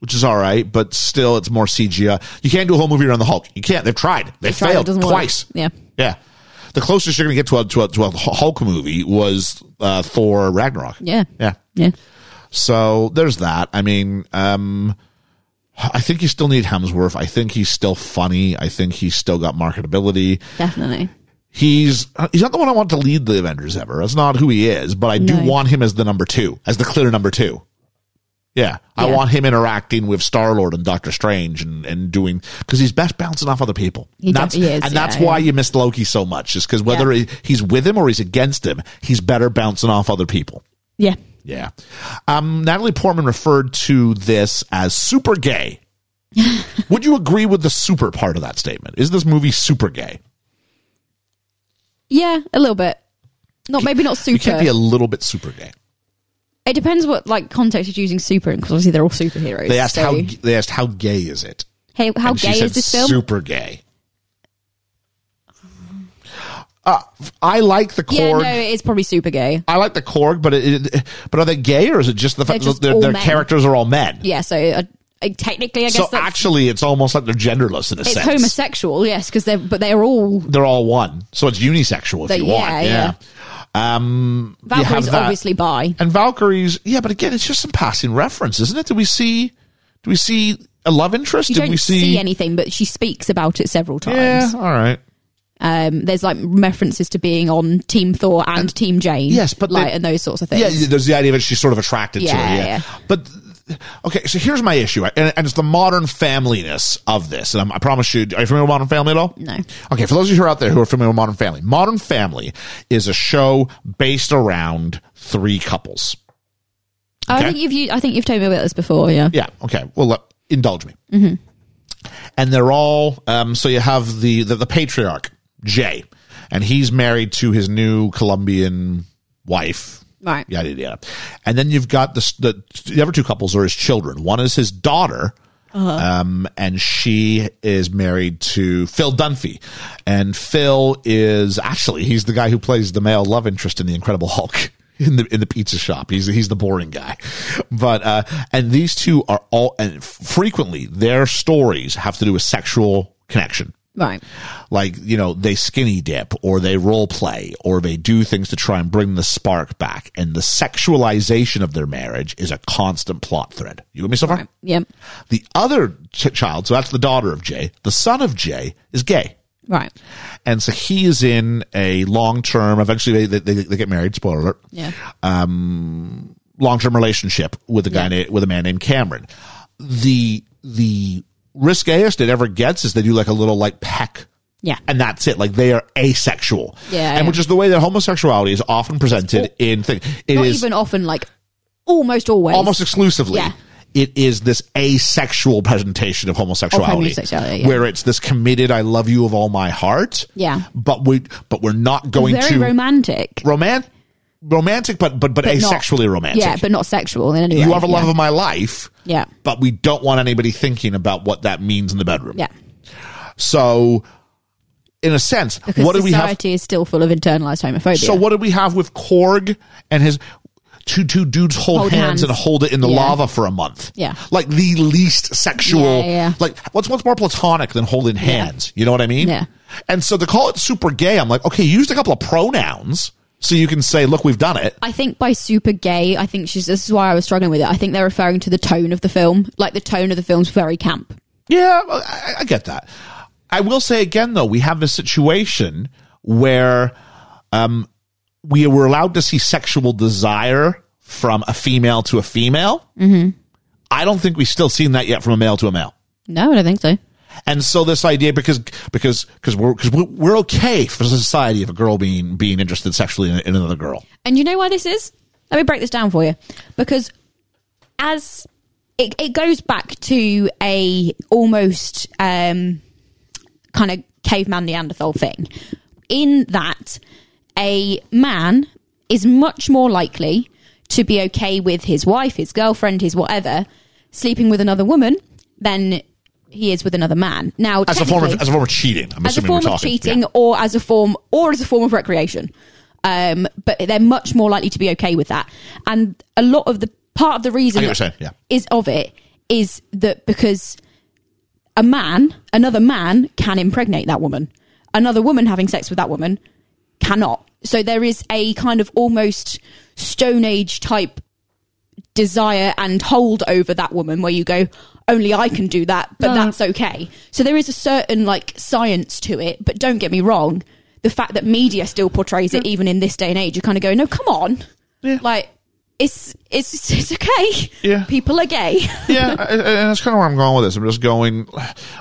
G: which is all right, but still, it's more CGI. You can't do a whole movie around the Hulk. You can't. They've tried. They
H: They tried, it
G: failed
H: doesn't work.
G: twice.
H: Yeah,
G: Yeah. The closest you're gonna get to a to a, to a Hulk movie was uh, Thor Ragnarok.
H: yeah,
G: Yeah.
H: yeah.
G: So there's that. I mean, um, I think you still need Hemsworth. I think he's still funny. I think he's still got marketability.
H: Definitely.
G: He's uh, he's not the one I want to lead the Avengers ever. That's not who he is, but I do
H: No.
G: want him as the number two, as the clear number two. Yeah, I
H: Yeah.
G: want him interacting with Star Lord and Doctor Strange and, and doing because he's best bouncing off other people.
H: He
G: that's,
H: definitely is,
G: and
H: yeah,
G: that's why
H: yeah.
G: you missed Loki so much, is because whether
H: Yeah.
G: he, he's with him or he's against him, he's better bouncing off other people.
H: Yeah.
G: Yeah. Um, Natalie Portman referred to this as super gay. Would you agree with the super part of that statement? Is this movie super gay?
H: Yeah, a little bit. Not maybe not super.
G: You can't be a little bit super gay.
H: It depends what like context you're using super in because obviously they're all superheroes.
G: They asked
H: so-
G: how they asked how gay is it?
H: hey, how
G: And she
H: gay
G: said,
H: is this film?
G: Super gay. Uh, I like the
H: yeah,
G: Korg.
H: no, it is probably super gay.
G: I like the Korg, but it, it- but are they gay or is it just the fact
H: They're just
G: that their,
H: all
G: their
H: men.
G: characters are all men?
H: Yeah, so uh, uh, technically, I guess
G: so
H: that's,
G: actually, it's almost like they're genderless in a
H: it's
G: sense.
H: homosexual. Yes, because they're but they're all
G: they're all one, so it's unisexual if
H: They-
G: you
H: yeah,
G: want. Yeah. Um, you have
H: Valkyries
G: that.
H: obviously bi.
G: and Valkyries. Yeah, but again, it's just some passing reference, isn't it? Do we see? Do we see a love interest?
H: You
G: Did
H: don't
G: we see?
H: anything, but she speaks about it several times.
G: yeah, all right.
H: Um, there's like references to being on Team Thor and, Team Jane.
G: Yes, but
H: like
G: they-
H: and those sorts of things.
G: Yeah, yeah, there's the idea that she's sort of attracted to
H: Yeah,
G: it. Yeah.
H: yeah.
G: But okay, so here's my issue, and, and it's the modern familyness of this. And I'm, I promise you, are you familiar with Modern Family at all?
H: No.
G: Okay, for those of you who are out there who are familiar with Modern Family, Modern Family is a show based around three couples.
H: Oh, I
G: Okay.
H: think you've you, I think you've told me about this before. Yeah,
G: Yeah. Okay. Well, let, indulge me. And they're all um, so you have the, the the patriarch Jay, and he's married to his new Colombian wife.
H: Right.
G: Yada yada. yada. And then you've got the s- the, the other two couples are his children. One is his daughter. Um, and she is married to Phil Dunphy, and Phil is actually he's the guy who plays the male love interest in the Incredible Hulk in the in the pizza shop. He's he's the boring guy, but uh, and these two are all and frequently their stories have to do with sexual connection
H: right.
G: like you know they skinny dip or they role play or they do things to try and bring the spark back and the sexualization of their marriage is a constant plot thread you with me so far
H: Yep.
G: the other ch- child so that's the daughter of jay the son of jay is gay
H: Right.
G: and so he is in a long term eventually they, they, they get married spoiler alert
H: Yeah.
G: long-term relationship with a guy na- with a man named Cameron. The the riskiest it ever gets is they do like a little like peck.
H: Yeah.
G: And that's it. Like they are asexual.
H: Yeah,
G: And
H: yeah.
G: which is the way that homosexuality is often presented in things. It is
H: Not even often like almost always
G: almost exclusively.
H: Yeah.
G: It is this asexual presentation of homosexuality,
H: homosexuality, yeah.
G: where it's this committed "I love you of all my heart."
H: Yeah.
G: but we but we're not going
H: very
G: to
H: romantic,
G: roman- romantic, but but but,
H: but not-
G: asexually romantic.
H: Yeah, but not sexual in any way.
G: you are the love
H: yeah.
G: of my life.
H: Yeah.
G: But we don't want anybody thinking about what that means in the bedroom.
H: Yeah,
G: So, in a sense,
H: because
G: what do we have?
H: society is still full of internalized homophobia.
G: So, what do we have with Korg and his two two dudes hold,
H: Hold
G: hands,
H: hands.
G: and hold it in the
H: Yeah.
G: lava for a month?
H: Yeah.
G: Like the least sexual.
H: Yeah, yeah.
G: Like what's what's more platonic than holding hands? You know what I mean?
H: Yeah.
G: And so to call it super gay, I'm like, okay, use a couple of pronouns so you can say, look, we've done it.
H: I think by super gay, I think she's. This is why I was struggling with it. I think they're referring to the tone of the film. Like the tone of the film's very camp.
G: Yeah, I, I get that. I will say again, though, we have a situation where um, we were allowed to see sexual desire from a female to a female. Mm-hmm. I don't think we've still seen that yet from a male to a male.
H: No, I don't think so.
G: And so this idea, because because because we're because we're, we're okay for society of a girl being being interested sexually in, in another girl.
H: And you know why this is? Let me break this down for you. Because as it, it goes back to a almost um, kind of caveman Neanderthal thing, in that a man is much more likely to be okay with his wife, his girlfriend, his whatever, sleeping with another woman than he is with another man. Now,
G: As a form of
H: technically-
G: as a form of cheating, I'm
H: as a
G: assuming
H: form
G: we're
H: of
G: talking.
H: cheating
G: Yeah.
H: or as a form or as a form of recreation um but they're much more likely to be okay with that and a lot of the part of the reason
G: I get what
H: that
G: you're saying, yeah.
H: is of it is that because a man another man can impregnate that woman another woman having sex with that woman cannot so there is a kind of almost stone age type desire and hold over that woman where you go only i can do that but that's okay so there is a certain like science to it but don't get me wrong the fact that media still portrays it even in this day and age you kind of go no come on
G: Yeah.
H: like it's it's it's okay
G: Yeah.
H: people are gay
G: yeah, I- I- and that's kind of where I'm going with this. I'm just going.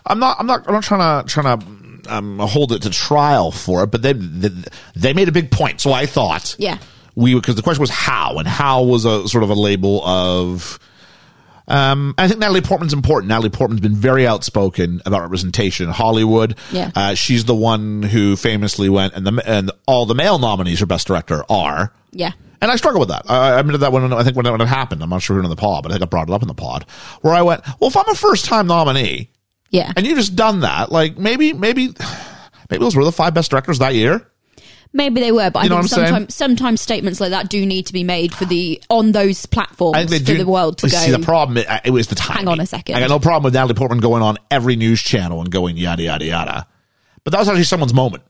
G: I'm not. I'm not. I'm not trying to trying to um, hold it to trial for it. But they, they they made a big point, so I thought.
H: Yeah.
G: We because the question was how, and how was a sort of a label of. Um, I think Natalie Portman's important. Natalie Portman's been very outspoken about representation in Hollywood.
H: Yeah.
G: Uh, she's the one who famously went and the and all the male nominees for best director are
H: yeah
G: And I struggle with that. I, I admitted that when I think when, when it happened. I'm not sure who in the pod, but I think I brought it up in the pod where I went, well, if I'm a first time nominee
H: Yeah.
G: and you just done that, like maybe, maybe, maybe those were the five best directors that year.
H: Maybe they were, but
G: You know
H: I think
G: what I'm saying?
H: sometimes, sometimes statements like that do need to be made for the on those platforms
G: I think they
H: for
G: do.
H: the world to
G: But
H: go.
G: See, the problem i- it was the time.
H: on a second.
G: I got no problem with Natalie Portman going on every news channel and going yada yada yada, but that was actually someone's moment.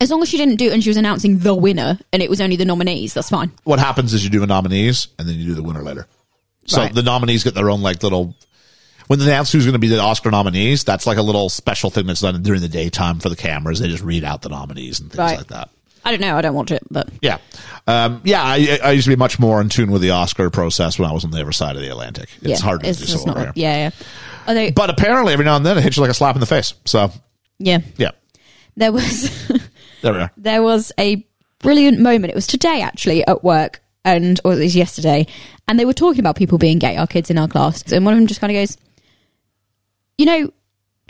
H: as long as she didn't do it and she was announcing the winner and it was only the nominees, that's fine.
G: What happens is you do the nominees and then you do the winner later. So
H: Right.
G: the nominees get their own like little. When they announce who's going to be the Oscar nominees, that's like a little special thing that's done during the daytime for the cameras. They just read out the nominees and things
H: Right.
G: like that.
H: I don't know. I don't watch it, but
G: Yeah, um, yeah. I, I used to be much more in tune with the Oscar process when I was on the other side of the Atlantic. It's
H: yeah,
G: hard to do
H: just
G: so over here.
H: Yeah, yeah. Although,
G: But apparently, every now and then it hits you like a slap in the face. So
H: yeah,
G: yeah,
H: there was
G: there we are.
H: there was a brilliant moment. It was today actually at work, and or it was yesterday, and they were talking about people being gay. Our kids in our class, and one of them just kind of goes, "You know,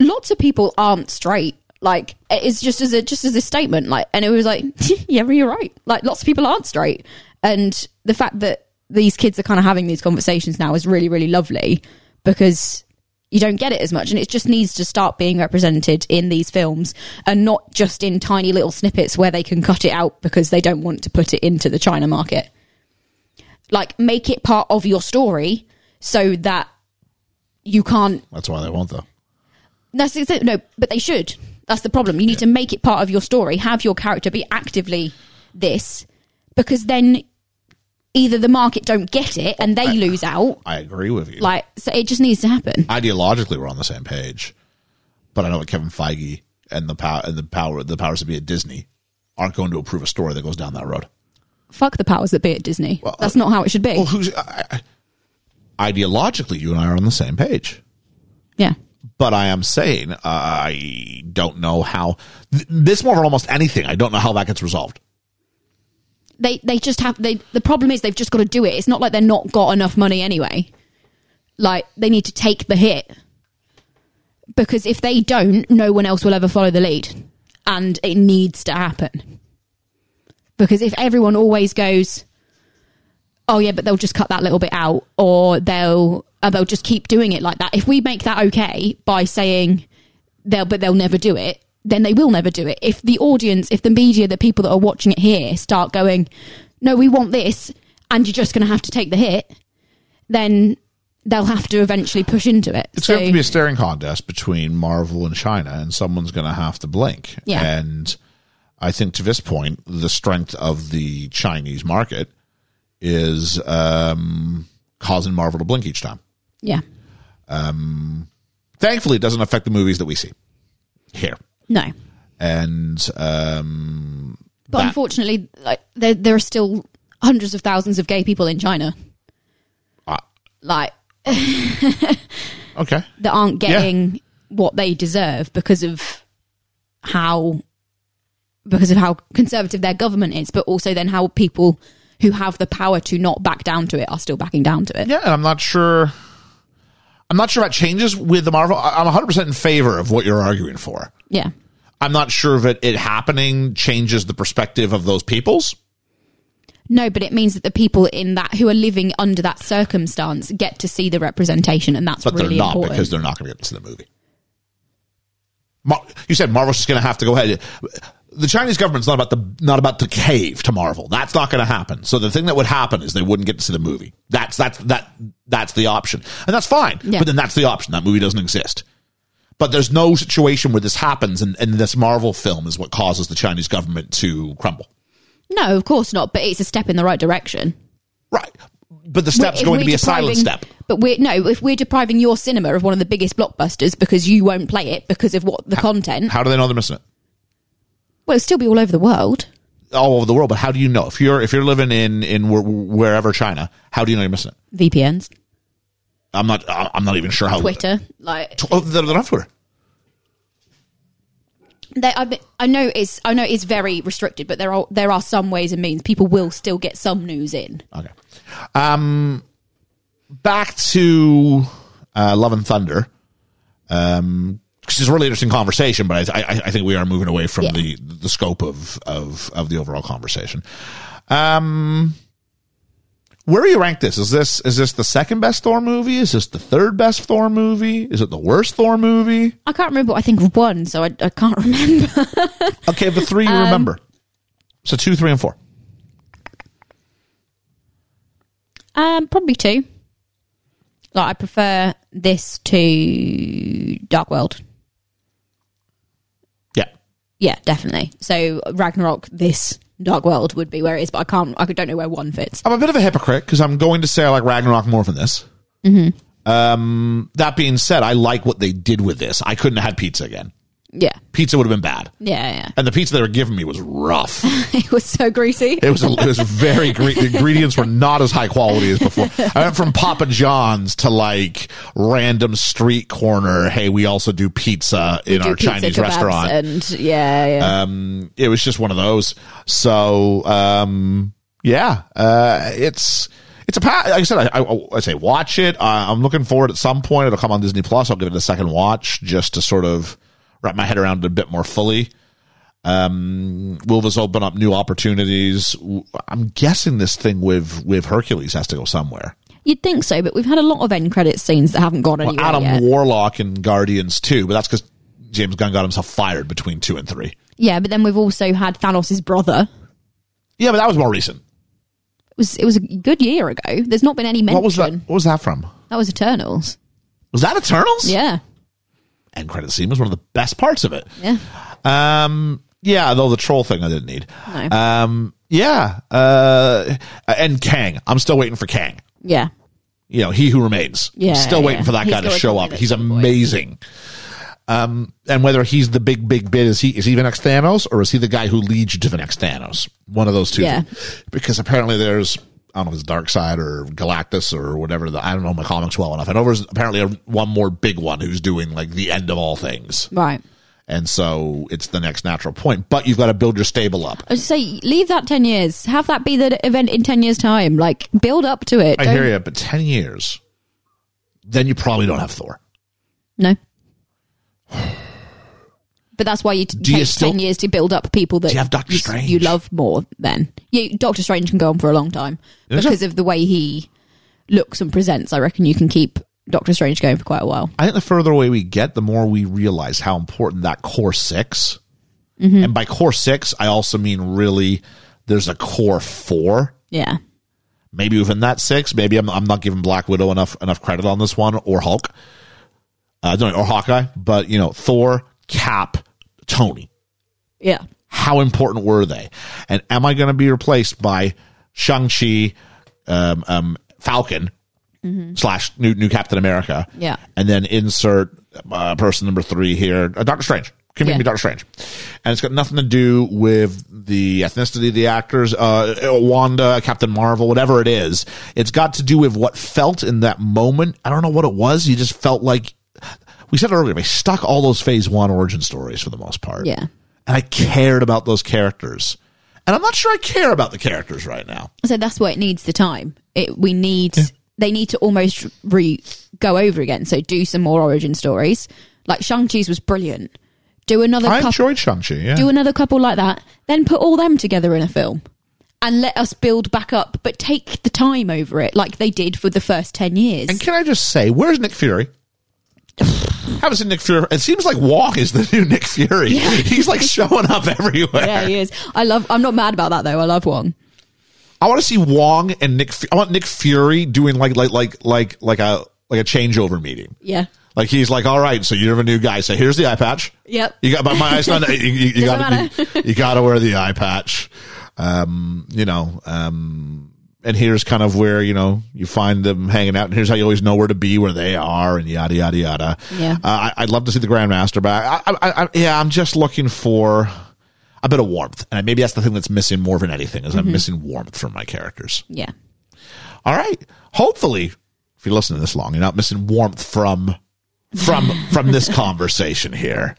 H: lots of people aren't straight." Like it's just as a just as a statement, like, and it was like, yeah, well, you're right. Like, lots of people aren't straight, and the fact that these kids are kind of having these conversations now is really, really lovely because you don't get it as much and it just needs to start being represented in these films and not just in tiny little snippets where they can cut it out because they don't want to put it into the china market like make it part of your story so that you can't
G: That's why they won't though.
H: that's the thing. no but they should that's the problem you need to make it part of your story have your character be actively this because then either the market don't get it and they lose out
G: I agree with you.
H: like so it just needs to happen
G: ideologically, we're on the same page, but I know what Kevin Feige and the power and the power the powers that be at Disney aren't going to approve a story that goes down that road.
H: fuck the powers that be at Disney. That's not how it should be.
G: Well, who's I, I- ideologically, you and I are on the same page.
H: yeah.
G: but I am saying I don't know how th- this more than almost anything. I don't know how that gets resolved.
H: They they just have they the problem is they've just got to do it. It's not like they're not got enough money anyway. Like they need to take the hit. Because if they don't, no one else will ever follow the lead. And it needs to happen. Because if everyone always goes oh yeah, but they'll just cut that little bit out, or they'll or they'll just keep doing it like that. If we make that okay by saying they'll, but they'll never do it, then they will never do it. If the audience, if the media, the people that are watching it here start going, no, we want this, and you're just going to have to take the hit, then they'll have to eventually push into it.
G: It's
H: so,
G: going to be a staring contest between Marvel and China, and someone's going to have to blink.
H: Yeah.
G: And I think to this point, the strength of the Chinese market is um, causing Marvel to blink each time.
H: yeah,
G: Thankfully, it doesn't affect the movies that we see here.
H: no.
G: And um,
H: But
G: That-
H: unfortunately, like there, there are still hundreds of thousands of gay people in China,
G: I,
H: like
G: okay,
H: that aren't getting what they deserve because of how because of how conservative their government is, but also then how people who have the power to not back down to it are still backing down to it.
G: Yeah, and I'm not sure. I'm not sure that changes with the Marvel. I- I'm 100 percent in favor of what you're arguing for.
H: Yeah.
G: I'm not sure that it happening changes the perspective of those peoples.
H: No, but it means that the people in that who are living under that circumstance get to see the representation, and that's
G: but
H: really
G: they're not
H: important.
G: because they're not going to get to the movie. Mar- you said Marvel's just going to have to go ahead. The Chinese government's not about the not about the cave to Marvel. That's not going to happen. So the thing that would happen is they wouldn't get to see the movie. That's that's that that's the option, and that's fine.
H: Yeah.
G: But then that's the option. That movie doesn't exist. But there's no situation where this happens, and, and this Marvel film is what causes the Chinese government to crumble.
H: no, of course not. But it's a step in the right direction.
G: Right. But the step's
H: If
G: going to
H: we're
G: be a silent
H: depriving-
G: step.
H: But we're no, if we're depriving your cinema of one of the biggest blockbusters because you won't play it because of what the content,
G: How do they know they're missing it?
H: well, it'll still be all over the world.
G: all over the world, but how do you know if you're if you're living in in where- wherever China? How do you know you're missing it?
H: VPNs,
G: I'm not. I- I'm not even sure how.
H: Twitter, like
G: Oh, they're they're on Twitter.
H: they, I, be- I know it's I know it's very restricted, but there are there are some ways and means people will still get some news in.
G: Okay. Um, back to uh, Love and Thunder. Um, because it's a really interesting conversation, but I, I, I think we are moving away from
H: Yeah.
G: the the scope of of of the overall conversation. Um, where do you rank this? Is this is this the second best Thor movie? Is this the third best Thor movie? Is it the worst Thor movie?
H: I can't remember what I think of one, so I, I can't remember.
G: Okay, the three you remember. So two, three, and four.
H: Um, probably two. Like I prefer this to Dark World.
G: Yeah.
H: Yeah, definitely. So Ragnarok, this Dark World would be where it is, but I can't. I don't know where one fits.
G: I'm a bit of a hypocrite because I'm going to say I like Ragnarok more than this.
H: Mm-hmm.
G: Um, that being said, I like what they did with this. I couldn't have had pizza again.
H: Yeah,
G: Pizza would have been bad.
H: yeah,
G: And the pizza they were giving me was rough.
H: yeah. it was so greasy.
G: It was it was very gre- the ingredients were not as high quality as before. I went from Papa John's to like random street corner. Hey, we also do pizza in
H: Do
G: our
H: pizza
G: Chinese
H: kebabs
G: restaurant.
H: and yeah, yeah.
G: um, it was just one of those. So um, yeah, uh, it's it's a pa- like I said. I, I, I say watch it. Uh, I'm looking forward at some point. It'll come on Disney Plus. I'll give it a second watch just to sort of wrap my head around it a bit more fully. Um, will this open up new opportunities? W- I'm guessing this thing with with Hercules has to go somewhere.
H: You'd think so, but we've had a lot of end credit scenes that haven't gone
G: Well,
H: anywhere
G: Adam
H: yet.
G: Warlock and Guardians too, but that's because James Gunn got himself fired between two and three.
H: yeah, but then we've also had Thanos' brother.
G: Yeah, but that was more recent.
H: It was it was a good year ago. There's not been any mention.
G: What was that? What was that from?
H: That was Eternals.
G: Was that Eternals?
H: Yeah,
G: End credit scene was one of the best parts of it.
H: yeah.
G: Um, yeah, though the troll thing I didn't need.
H: No.
G: Um, yeah. Uh, and Kang. I'm still waiting for Kang.
H: Yeah.
G: You know, he who remains.
H: Yeah,
G: Still waiting
H: yeah.
G: for that
H: He's
G: guy to
H: got a
G: show
H: company
G: up.
H: that's
G: He's
H: a boy.
G: amazing. Um, and whether he's the big, big bid, is he is he the next Thanos or is he the guy who leads you to the next Thanos? One of those two.
H: Yeah.
G: Because apparently there's I don't know if it's Dark Side or Galactus or whatever. The, I don't know my comics well enough. I know there's apparently a, one more big one who's doing like the end of all things.
H: Right.
G: And so it's the next natural point. But you've got to build your stable up.
H: I just say leave that ten years. Have that be the event in ten years' time. Like build up to it.
G: I
H: Don't-
G: hear you, but 10 years, then you probably don't have Thor.
H: No. But that's why you t-
G: Do
H: take
G: you still-
H: ten years to build up people that
G: Do you have Doctor
H: s-
G: Strange?
H: you love more. Then you, Doctor Strange can go on for a long time
G: Is it?
H: because of the way he looks and presents. I reckon you can keep Doctor Strange going for quite a while.
G: I think the further away we get, the more we realize how important that core 6 And by core six, I also mean really there's a core four.
H: Yeah,
G: Maybe even that six. Maybe I'm, I'm not giving Black Widow enough enough credit on this one or Hulk. Uh, no, or Hawkeye. But, you know, Thor, Cap, Tony.
H: yeah,
G: how important were they? And am I going to be replaced by Shang-Chi, um, um, Falcon, slash new, new Captain America?
H: Yeah.
G: And then insert uh, person number three here, uh, Doctor Strange. Can
H: Yeah.
G: be Doctor Strange. And it's got nothing to do with the ethnicity of the actors, uh, Wanda, Captain Marvel, whatever it is. It's got to do with what felt in that moment. I don't know what it was. You just felt like, we said it earlier, they stuck all those phase one origin stories for the most part
H: yeah.
G: and I cared about those characters. And I'm not sure I care about the characters right now.
H: So that's why it needs the time. It we need they need to almost re go over again. So do some more origin stories. Like Shang Chi's was brilliant. Do another
G: I
H: couple,
G: enjoyed Shang-Chi, yeah.
H: do another couple like that. Then put all them together in a film and let us build back up. But take the time over it, like they did for the first ten years.
G: and can I just say, where's Nick Fury? Haven't seen Nick Fury. It seems like Walk is the new Nick Fury. He's like showing up everywhere.
H: yeah, he is. I love. I'm not mad about that though. I love Wong.
G: I want to see Wong and Nick. Fu- I want Nick Fury doing like like like like like a like a changeover meeting.
H: Yeah.
G: Like he's like, all right, so you're a new guy. So here's the eye patch.
H: Yep.
G: You got but my eyes. Not, you, you, you
H: Doesn't
G: got you, you got to wear the eye patch. Um, you know, um, and here's kind of where you know you find them hanging out, and here's how you always know where to be, where they are, and yada yada yada.
H: Yeah.
G: uh, I, I'd love to see the Grandmaster back. I, I, I, yeah, I'm just looking for a bit of warmth, and maybe that's the thing that's missing more than anything is
H: Mm-hmm.
G: I'm missing warmth from my characters.
H: Yeah.
G: All right. Hopefully, if you listen to this long, you're not missing warmth from from from this conversation here.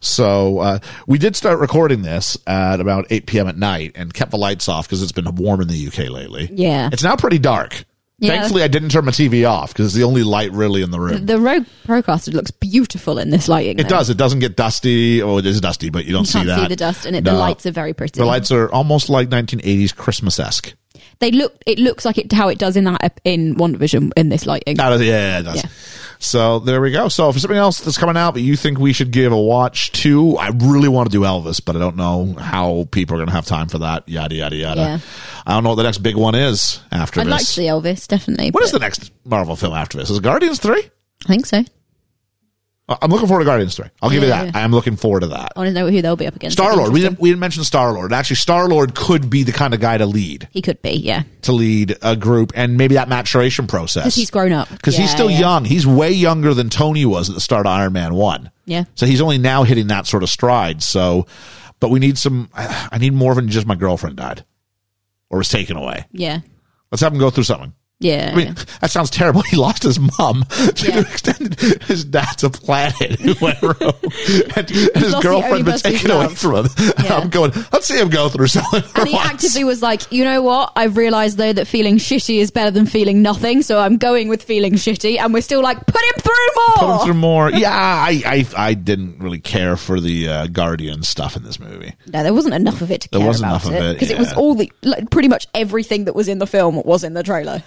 G: So uh, we did start recording this at about 8 p.m. at night and kept the lights off because it's been warm in the UK lately.
H: Yeah.
G: it's now pretty dark.
H: Yeah.
G: Thankfully, I didn't turn my TV off because it's the only light really in the room.
H: The Rogue Procaster looks beautiful in this lighting.
G: It
H: though.
G: does. It doesn't get dusty. Oh, it is dusty, but you don't
H: You can't
G: see that.
H: see the dust, and it, the
G: No.
H: lights are very pretty.
G: The lights are almost like 1980s Christmas esque.
H: they look. It looks like it how it does in that ep- in WandaVision in this lighting.
G: Yeah, yeah, it does.
H: Yeah.
G: So there we go. So if there's something else that's coming out that you think we should give a watch to, I really want to do Elvis, but I don't know how people are going to have time for that. Yada yada yada.
H: Yeah.
G: I don't know what the next big one is after
H: I'd
G: this.
H: like to see Elvis definitely.
G: what is the
H: but
G: next Marvel film after this? Is it Guardians three?
H: I think so.
G: I- I'm looking forward to Guardians three. I'll give you
H: Yeah,
G: that. I
H: yeah.
G: am looking forward to that.
H: I want to know who they'll be up against.
G: Star Lord. We
H: Interesting.
G: didn't, we didn't mention Star Lord. Actually, Star Lord could be the kind of guy to lead
H: He could be, yeah,
G: to lead a group and maybe that maturation process
H: because he's grown up.
G: because he's
H: Yeah,
G: still
H: yeah.
G: young. He's way younger than Tony was at the start of Iron Man One.
H: Yeah.
G: so he's only now hitting that sort of stride. So, but we need some. I need more than just my girlfriend died or was taken away.
H: Yeah,
G: Let's have him go through something.
H: yeah.
G: I mean, that sounds terrible. He lost his mum to
H: Yeah.
G: the extent that his dad's a planet who went rogue, and, and his
H: lost the only
G: girlfriend been
H: person he's
G: taken away
H: loved.
G: from him.
H: Yeah.
G: I'm going. Let's see him go through something. for
H: and he
G: once.
H: actively was like, you know what? I've realised though that feeling shitty is better than feeling nothing, so I'm going with feeling shitty. And we're still like, put him through more.
G: Put him through more. Yeah, I, I I didn't really care for the uh, Guardian stuff in this movie.
H: no, there wasn't enough of it to
G: There
H: care
G: wasn't
H: about
G: enough of it,
H: because it was
G: yeah.
H: all the like, pretty much everything that was in the film was in the trailer.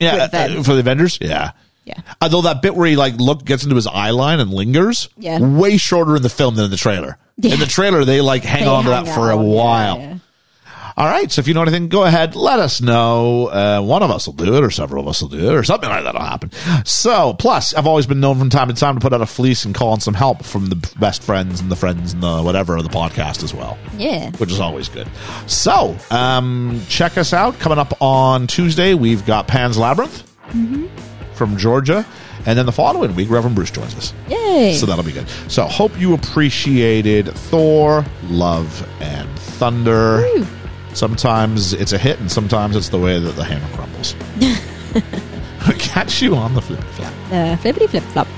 G: Yeah,
H: with them.
G: uh, for the Avengers. Yeah,
H: Yeah.
G: Although that bit where he like look gets into his eye line and lingers,
H: Yeah.
G: way shorter in the film than in the trailer.
H: Yeah.
G: In the trailer, they like hang
H: They
G: on to
H: hung
G: that for a
H: on, yeah,
G: while.
H: yeah.
G: All right, so if you know anything, go ahead, let us know. Uh, one of us will do it, or several of us will do it, or something like that'll happen. So, plus, I've always been known from time to time to put out a fleece and call on some help from the best friends and the friends and the whatever of the podcast as well
H: Yeah.
G: which is always good. So, um, check us out. Coming up on Tuesday, we've got Pan's Labyrinth from Georgia. And then the following week, Reverend Bruce joins us.
H: Yay.
G: So that'll be good. So, hope you appreciated Thor, Love, and Thunder. Sometimes it's a hit, and sometimes it's the way that the hammer crumbles. Catch you on the flip flap.
H: uh, flippity flip flop.